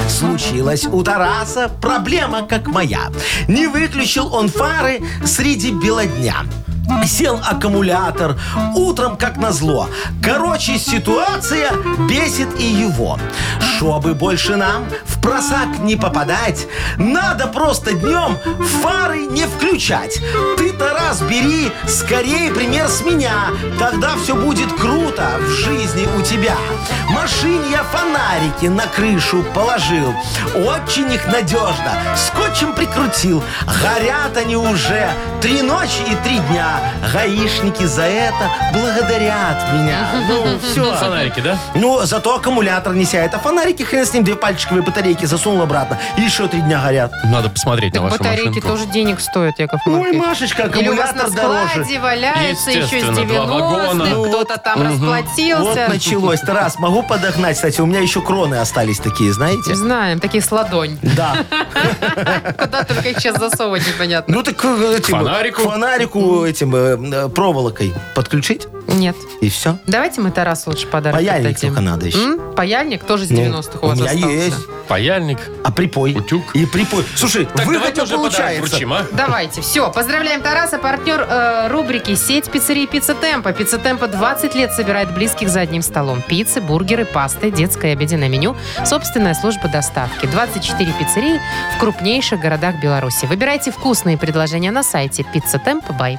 Случилась у Тараса проблема, как моя. Не выключил он фары среди бела дня. Сел аккумулятор утром как назло. Короче, ситуация бесит и его. Чтобы больше нам в просак не попадать, надо просто днем фары не включать. Ты, Тарас, бери скорее пример с меня. Тогда все будет круто в жизни у тебя. Машине я фонарики на крышу положил. Очень их надежно скотчем прикрутил. Горят они уже три ночи и три дня. Гаишники за это благодарят меня. Ну, все. Фонарики, да? Ну, зато аккумулятор не сядет. А фонарики, хрен с ним, две пальчиковые батарейки засунул обратно. И еще три дня горят. Надо посмотреть на Так вашу батарейки машинку. тоже денег стоят, Яков Ой, Маркович. Машечка, Или у вас на аккумулятор дороже. складе валяется еще с Естественно, два 90-х, вагона. кто-то там Вот расплатился. началось. Тарас, могу подогнать. Кстати, у меня еще кроны остались такие, знаете? Знаем, такие с ладонь. Да. Куда только их сейчас засовывать, непонятно. Ну так э, этим, фонарику? к фонарику этим э, э, проволокой подключить Нет. и все. Давайте мы Тарасу лучше подарок Паяльник отдадим. только надо еще. М? Паяльник тоже с 90-х у вас меня остался. есть. Паяльник. А припой. Утюг. И припой. Слушай, Так, давайте выгодно уже подарок получается. вручим, а? Давайте, все. Поздравляем Тараса, партнер э, рубрики «Сеть пиццерий Пицца Темпа». Пицца Темпа 20 лет собирает близких за одним столом. Пиццы, бургеры, пасты, детское и обеденное меню, собственная служба доставки. 24 пиццерии в крупнейших городах Беларуси. Выбирайте вкусные предложения на сайте «Пицца Темпа Бай».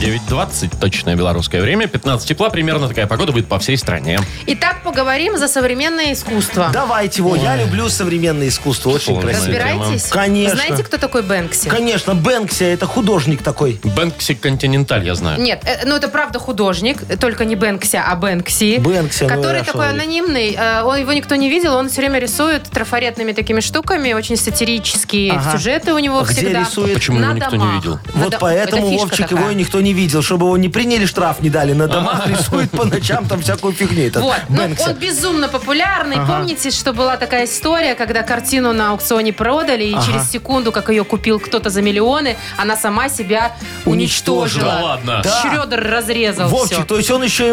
9.20, точное белорусское время. 15 тепла, примерно такая погода будет по всей стране. Итак, поговорим за современное искусство. Давайте его. Я люблю современное искусство. Очень Сложно. красиво. Разбираетесь? тема. Конечно. Знаете, кто такой Бэнкси? Конечно, Бэнкси это художник такой. Бэнкси Континенталь, я знаю. Нет, э, ну это правда художник, э, только не Бэнкси, а Бэнкси. Бэнкси, ну, Который я такой шо говорю. анонимный, э, он, его никто не видел, он все время рисует трафаретными такими штуками, очень сатирические Ага. А сюжеты у него Где всегда. рисует? Почему На его никто не домах. видел? На Вот до- поэтому это фишка Вовчик такая. А. его и никто не видел, чтобы его не приняли, штраф не дали. На домах рисует по ночам там всякую фигню. этот Вот, ну, Бэнкси. он безумно популярный. Помните, что была такая история, когда картину на аукционе продали, и через секунду, как ее купил кто-то за миллионы, она сама себя Уничтожила. уничтожила. Да ладно. Да. Шредер разрезал Вовчик, все. то есть он еще и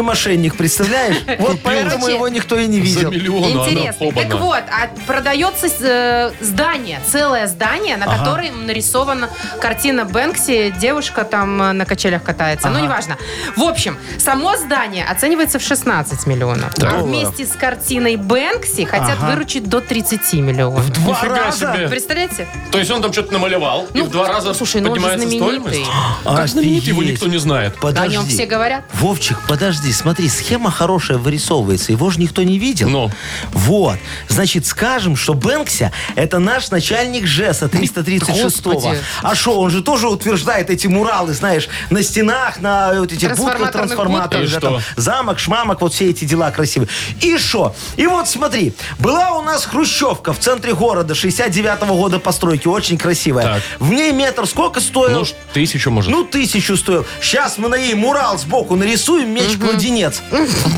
мошенник, представляешь? Вот поэтому Короче, его никто и не За видел. миллион она, Интересно. оба Так она. вот, а продается э, здание, целое здание, на котором нарисована картина Бэнкси, девушка там э, на качелях катается. Ну, неважно. В общем, само здание оценивается в 16 миллионов. А Долларов. вместе с картиной Бэнкси хотят Ага. выручить до 30 миллионов. Два Нифига раза? себе. Представляете? То есть он там что-то намалевал, и в два раза слушай, ну он же поднимается знаменитый. стоимость? А, Как знаменитый, его офигеть. никто не знает. Да, О Подожди. нем все говорят. Вовчик, подожди, смотри, схема хорошая вырисовывается, его же никто не видел. Ну. Вот. Значит, скажем, что Бэнкси это наш начальник А ЖЭСа 336-го. Господи. А что, он же тоже утверждает эти муралы, знаешь, на стенах, на э, вот этих Трансформаторных будках трансформаторах, будках. да, И что? там замок, шмамок, вот все эти дела красивые. И что? И вот смотри, была у нас хрущевка в центре города 69-го года постройки, очень красивая. Так. В ней метр сколько стоил? Ну, ж тысячу, может. Ну, тысячу стоил. Сейчас мы на ней мурал сбоку нарисуем, меч-кладенец.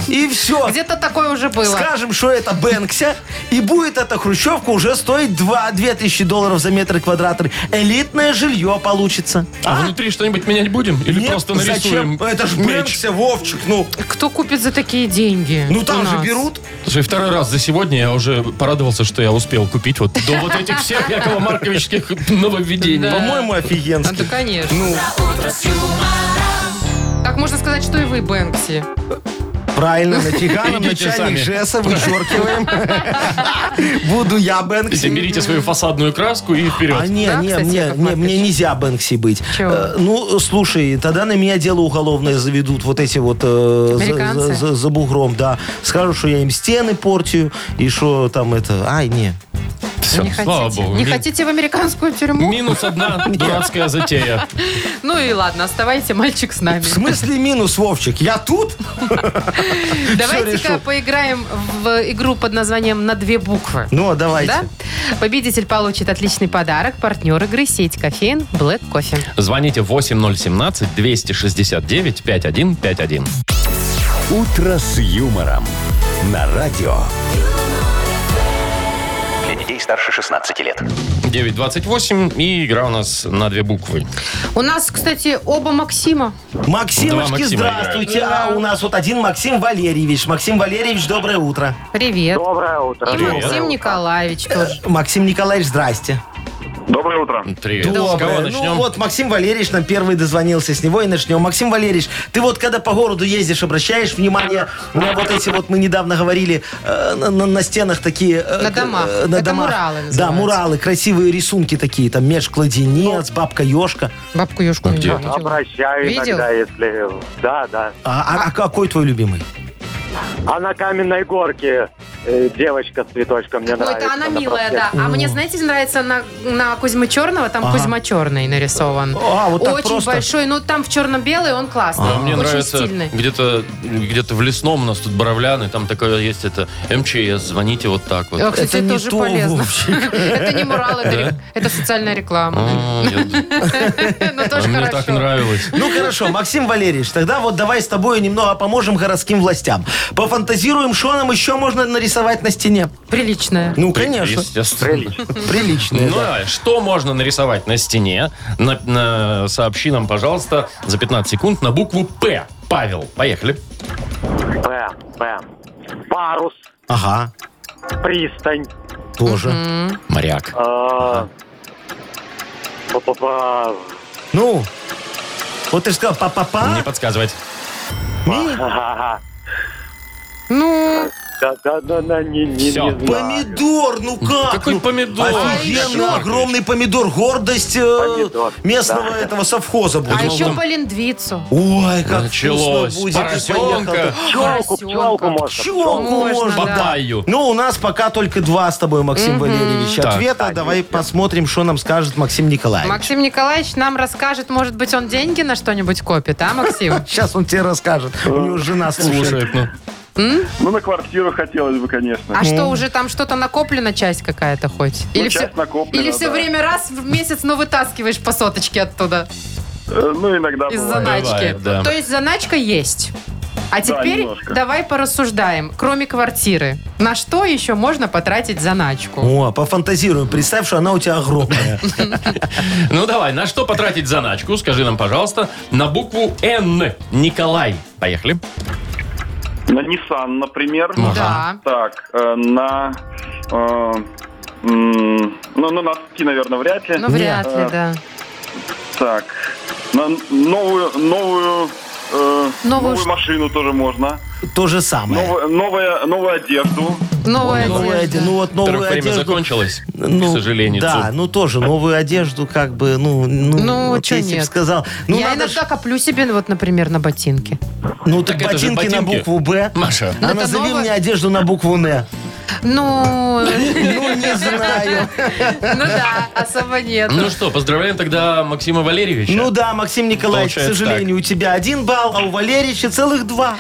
И все. Где-то такое уже было. Скажем, что это Бэнкся, и будет эта хрущевка уже стоить 2 тысячи долларов за метр квадратный. Элитное жилье получится. а, внутри что-нибудь менять будем? Или Нет, просто нарисуем Зачем? Это же меч? Бэнкся, Вовчик, ну. Кто купит за такие деньги? Ну у там же нас? берут. Слушай, второй раз за сегодня я уже порадовался, что я успел купить вот до вот этих всех Якова Марковичских нововведений. По-моему, А, офигенски. да, конечно. Так можно сказать, что и вы, Бэнкси. Правильно, на Тиганом Идите сами. начальник ЖЭСа вычеркиваем. Буду я Берите, Бэнкси. берите свою фасадную краску и вперед. А не, Да, не, кстати, не, Яков не, Маркович? мне нельзя Бэнкси быть. Чего? Э, ну, слушай, тогда на меня дело уголовное заведут вот эти вот э, за- Американцы? за, за- за бугром, да. Скажут, что я им стены портию и что там это. Ай, не. Всё, не хотите? слава богу. Не Ми- хотите в американскую тюрьму? Минус одна дурацкая затея. Ну и ладно, оставайте мальчик с нами. В смысле минус, Вовчик? Я тут? Давайте-ка решил. поиграем в игру под названием «На две буквы». Ну, а давайте. Да? Победитель получит отличный подарок. Партнер игры сеть кофеин Black Coffee. Звоните 8017-269-5151. «Утро с юмором» на радио. Для детей старше 16 лет. 9.28 и игра у нас на две буквы. У нас, кстати, оба Максима. Ну, Два Максимочки, Максима здравствуйте. А у нас вот один Максим Валерьевич. Максим Валерьевич, доброе утро. Привет. Доброе утро. И Привет. Максим Николаевич тоже. Максим Николаевич, здрасте. Доброе утро. Привет. С Доброе. кого Ну начнем? вот Максим Валерьевич нам первый дозвонился, с него и начнем. Максим Валерьевич, ты вот когда по городу ездишь, обращаешь внимание на вот эти вот, мы недавно говорили, э, на, на- на стенах такие... э, На к- домах. э, на Это домах. муралы Да, называются. Ну. муралы, красивые рисунки такие, там межкладенец, бабка-ешка. Бабку Ёшку не где? видела. Обращаю Видел? иногда, если... Да, да. А, а- а какой твой любимый? А на каменной горке э, девочка с цветочком мне Ой, нравится. это она на милая, проспекте. да. А мне, знаете, нравится на, на Кузьма Черного, там Ага. Кузьма Черный нарисован. А, вот так Очень просто? большой, ну там в черно-белый, он классный. А мне Очень нравится стильный. где-то где-то в лесном у нас тут Боровляны, там такое есть это МЧС, звоните вот так вот. А, кстати, Это не тоже то, полезно. Вовчик. Это не мурал, это рек- это социальная реклама. А, я- Ну а тоже Мне так хорошо. нравилось. Ну хорошо, Максим Валерьевич, тогда вот давай с тобой немного поможем городским властям. Пофантазируем, что нам еще можно нарисовать на стене. Приличная. Ну, конечно. Естественно. Прилично. Ну, да. а что можно нарисовать на стене? На- на- сообщи нам, пожалуйста, за 15 секунд на букву «П». Павел, поехали. П, П. Парус, Ага, пристань. тоже. Моряк. А? э, па-па-па, Ну, вот ты же сказал Ну, Не па-па-па. подсказывать. ага. Ну, Да, да, да, да, не, не, не Всё. знаю. Помидор, ну как? Какой ну? помидор? Яков Офигенно Маркович. огромный помидор. Гордость э, Помидор, местного да. этого совхоза будет. А еще там- полиндвицу. Ой, как Началось. вкусно будет. Поросенка. Пчелку, Поросенка. пчелку можно. Щелку Можно, можно, да. Бабаю. Ну, у нас пока только два с тобой, Максим Валерьевич, Так. ответа. Давай посмотрим, что нам скажет Максим Николаевич. Максим Николаевич нам расскажет, может быть, он деньги на что-нибудь копит, а, Максим? Сейчас он тебе расскажет. У него жена слушает. Слушает, ну. Ну, на квартиру хотелось бы, конечно. А что, уже там что-то накоплено, часть какая-то хоть? Или, часть все, накоплена, или все да. время раз в месяц, но вытаскиваешь по соточке оттуда Э, Ну, иногда из бывает. заначки? Бывает, да. То есть заначка есть. А теперь немножко. давай порассуждаем, кроме квартиры, на что еще можно потратить заначку? О, пофантазируем. Представь, что она у тебя огромная. Ну давай, на что потратить заначку? Скажи нам, пожалуйста, на букву Н. Николай. Поехали. На Nissan, например. Ну Да. Так, э, на... э, м, ну, ну, носки, наверное, вряд ли. Ну, вряд ли, Э, да. Так, на новую... новую э, Новую ш- машину тоже можно. То же самое. Новая, новая, новую одежду. Новая Новую одежда. оде- Ну вот Во-первых, новую время одежду. закончилось, Ну, к сожалению. Да, Цу. ну тоже новую одежду, как бы, ну, ну, Ну, вот чё если б нет? сказал. Ну, Я надо ж- иногда коплю себе, вот, например, на ботинки. ну так, Так это же ботинки, на ботинки. букву Б. Маша. А Это назови новое? мне одежду на букву Н. Ну, Ну, не знаю. ну да, особо нет. Ну что, поздравляем тогда Максима Валерьевича. Ну да, Максим Николаевич, к Получается сожалению, у тебя один балл, а у Валерича целых два.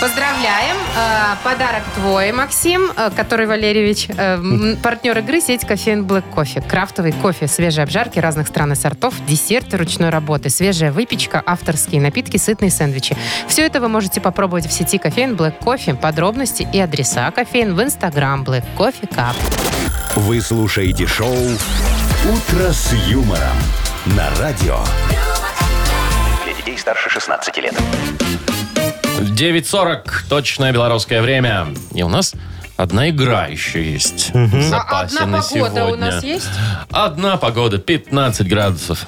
Поздравляем. Э, Подарок твой, Максим, э, который Валерьевич. Э, м, Партнер игры сеть кофеин Black Кофе. Крафтовый кофе, свежие обжарки разных стран и сортов, десерты ручной работы, свежая выпечка, авторские напитки, сытные сэндвичи. Все это вы можете попробовать в сети кофеин Black Кофе. Подробности и адреса кофеин в инстаграм Black Кофе Cup. Вы слушаете шоу «Утро с юмором» на радио. Для детей старше 16 лет. 9.40, точное белорусское время. И у нас одна игра еще есть в запасе А одна на погода сегодня. у нас есть? Одна погода, 15 градусов.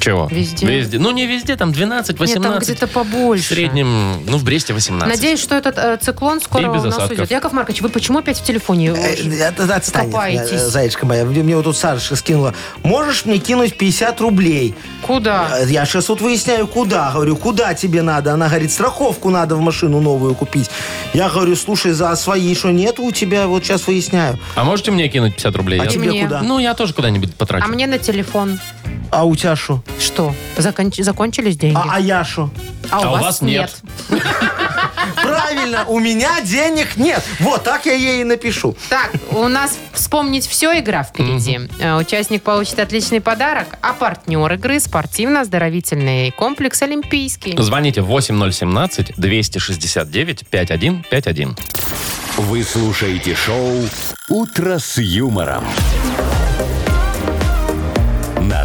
Чего? Везде. Ну, не везде, там 12, 18. Нет, там где-то побольше. В среднем, ну, в Бресте 18. Надеюсь, что этот э, циклон скоро И у без нас осадков. уйдет. Яков Маркович, вы почему опять в телефоне? Э, э, Отстань, э, Копаетесь. зайчка моя. Мне мне вот тут Сарочка скинула. Можешь мне кинуть 50 рублей? Куда? Э, Я сейчас тут выясняю, куда. Говорю, куда тебе надо? Она говорит, страховку надо в машину новую купить. Я говорю, слушай, за свои что нет у тебя? Вот сейчас выясняю. А можете мне кинуть 50 рублей? А Я- тебе мне? куда? Ну, я тоже куда-нибудь потрачу. А мне на телефон. А у тебя шо? Что? Законч- закончились деньги? А, а я шо? А у вас нет. Правильно, у меня денег нет. Вот так я ей и напишу. Так, у нас «Вспомнить все» игра впереди. Э, Участник получит отличный подарок, а партнер игры – спортивно-оздоровительный комплекс «Олимпийский». Звоните 8017-269-5151. Вы слушаете шоу «Утро с юмором» на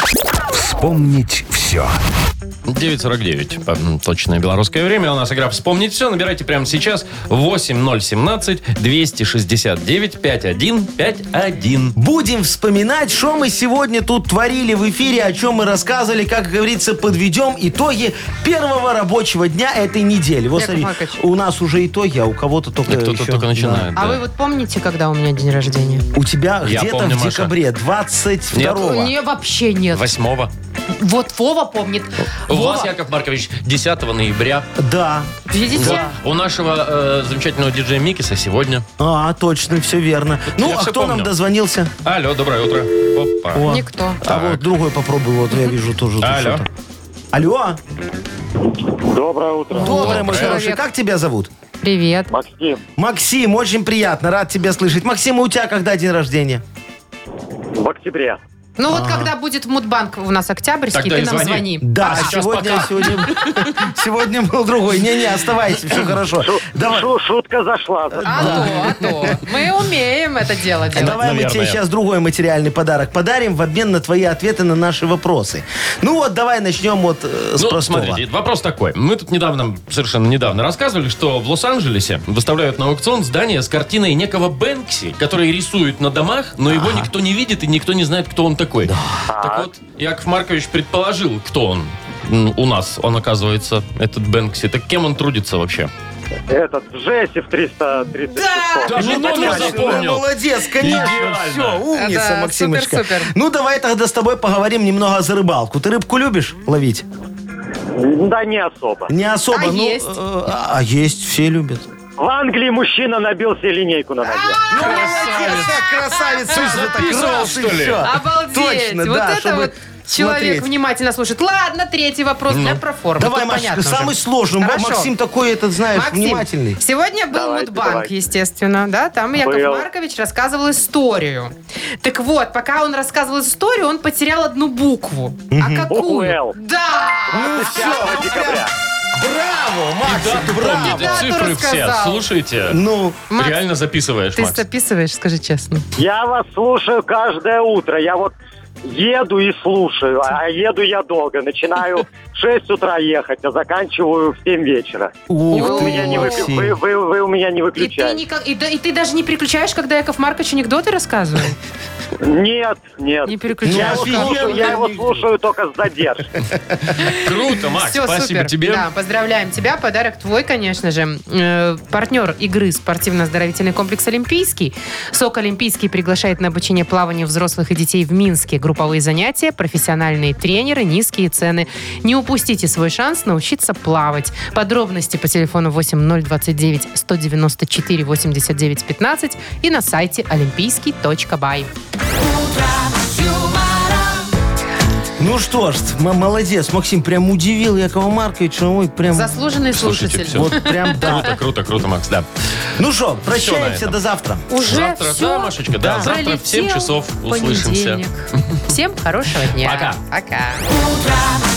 Вспомнить все. 9.49. по- м, Точное белорусское время. У нас игра «Вспомнить все». Набирайте прямо сейчас 8017-269-5151. Будем вспоминать, что мы сегодня тут творили в эфире, о чем мы рассказывали, как говорится, подведем итоги первого рабочего дня этой недели. Вот Яков смотри, Маркович. у нас уже итоги, а у кого-то только Кто-то еще- только начинает. А да. вы вот помните, когда у меня день рождения? Да. У тебя Я где-то помню, в Маша. декабре 22-го. Не, вообще нет. Восьмого. Вот Вова помнит. У Вова, вас, Яков Маркович, 10 ноября. Да. видите? Вот. У нашего э, замечательного диджея Микиса сегодня. А, точно, все верно. Ну, я а всё кто нам помню. дозвонился? Алло, доброе утро. Опа. О. Никто. А вот другой попробуй, вот я вижу тоже. тут Алло. что-то. Алло. Доброе утро. Доброе, мой Доброе. хороший. Как тебя зовут? Привет. Максим, Максим, очень приятно, рад тебя слышать. Максим, а у тебя когда день рождения? в октябре. Ну вот когда будет Мудбанк у нас октябрьский, А. Тогда и ты нам звони. звони. Да, А а сейчас сегодня, пока. сегодня, сегодня был другой. Не-не, оставайся, все хорошо. Шу- Давай, шу- шутка зашла. А то, а то. Мы умеем это дело делать. Э, давай мы тебе Наверное. сейчас другой материальный подарок подарим в обмен на твои ответы на наши вопросы. Ну вот, давай начнем вот э, с Ну, простого. смотрите, вопрос такой. Мы тут недавно, совершенно недавно рассказывали, что в Лос-Анджелесе выставляют на аукцион здание с картиной некого Бэнкси, который рисует на домах, но его никто не видит и никто не знает, кто он такой. Так вот, Яков Маркович предположил, кто он. м, у нас он, оказывается, этот Бэнкси. Так кем он трудится вообще? Этот Жесев 336. Да, ну, номер Точно, запомнил. Молодец, конечно. Идеально. Все, умница, Да, Максимочка. супер-супер. Ну, давай тогда с тобой поговорим немного за рыбалку. Ты рыбку любишь ловить? Да не особо. Не особо. А ну, есть? Ну, э, А, а есть, все любят. В Англии мужчина набил себе линейку на ноге. А, Ну, молодец, красавица. Ты записывал, что ли? Обалдеть. Точно, вот да, это чтобы вот человек смотреть. внимательно слушает. Ладно, третий вопрос Ну. для проформы. Давай, Тут понятно Машечка, уже. самый сложный. Хорошо. Максим такой, этот, знаешь, Максим, внимательный. сегодня был Давайте, Мудбанк, давайте. естественно, да, там Яков Был. Маркович рассказывал историю. Так вот, пока он рассказывал историю, он потерял одну букву. А Букву какую? «Л». Да! Ну, все, декабря. Браво, Дату Максик, браво. помните, цифры все. рассказал. Слушайте. Ну, Макс, Реально записываешь, ты Макс. записываешь, скажи честно. Я вас слушаю каждое утро. Я вот еду и слушаю, а еду я долго. Начинаю в 6 утра ехать, а заканчиваю в 7 вечера. ух Вы ты, меня не выключ- Максим. вы, вы- вы у меня И не ты, выключаете. никак, и, да- и ты даже не переключаешь, когда Яков Маркович анекдоты рассказывает? Нет, нет. Не Я переключаешь. Ну, его, Ну, Офигенно, слушаю, я его Нигде. слушаю только с задержкой. Круто, Макс. Все, Спасибо супер. тебе. Да, поздравляем тебя. Подарок твой, конечно же. Э, партнер игры спортивно-оздоровительный комплекс «Олимпийский». СОК «Олимпийский» приглашает на обучение плаванию взрослых и детей в Минске. Групповые занятия, профессиональные тренеры, низкие цены. Не упустите свой шанс научиться плавать. Подробности по телефону 8029 194 89 15 и на сайте олимпийский.бай. Ну что ж, м- молодец, Максим, прям удивил Якова Марковича. Ой, прям... Заслуженный Слушайте, слушатель. всё. Вот прям да. Круто, круто, круто, Макс, да. Ну что, на прощаемся этом. до завтра. Уже Завтра, всё? да, Машечка, да, завтра в 7 Пролетел часов услышимся. понедельник. Всем хорошего дня. Пока. Пока. утро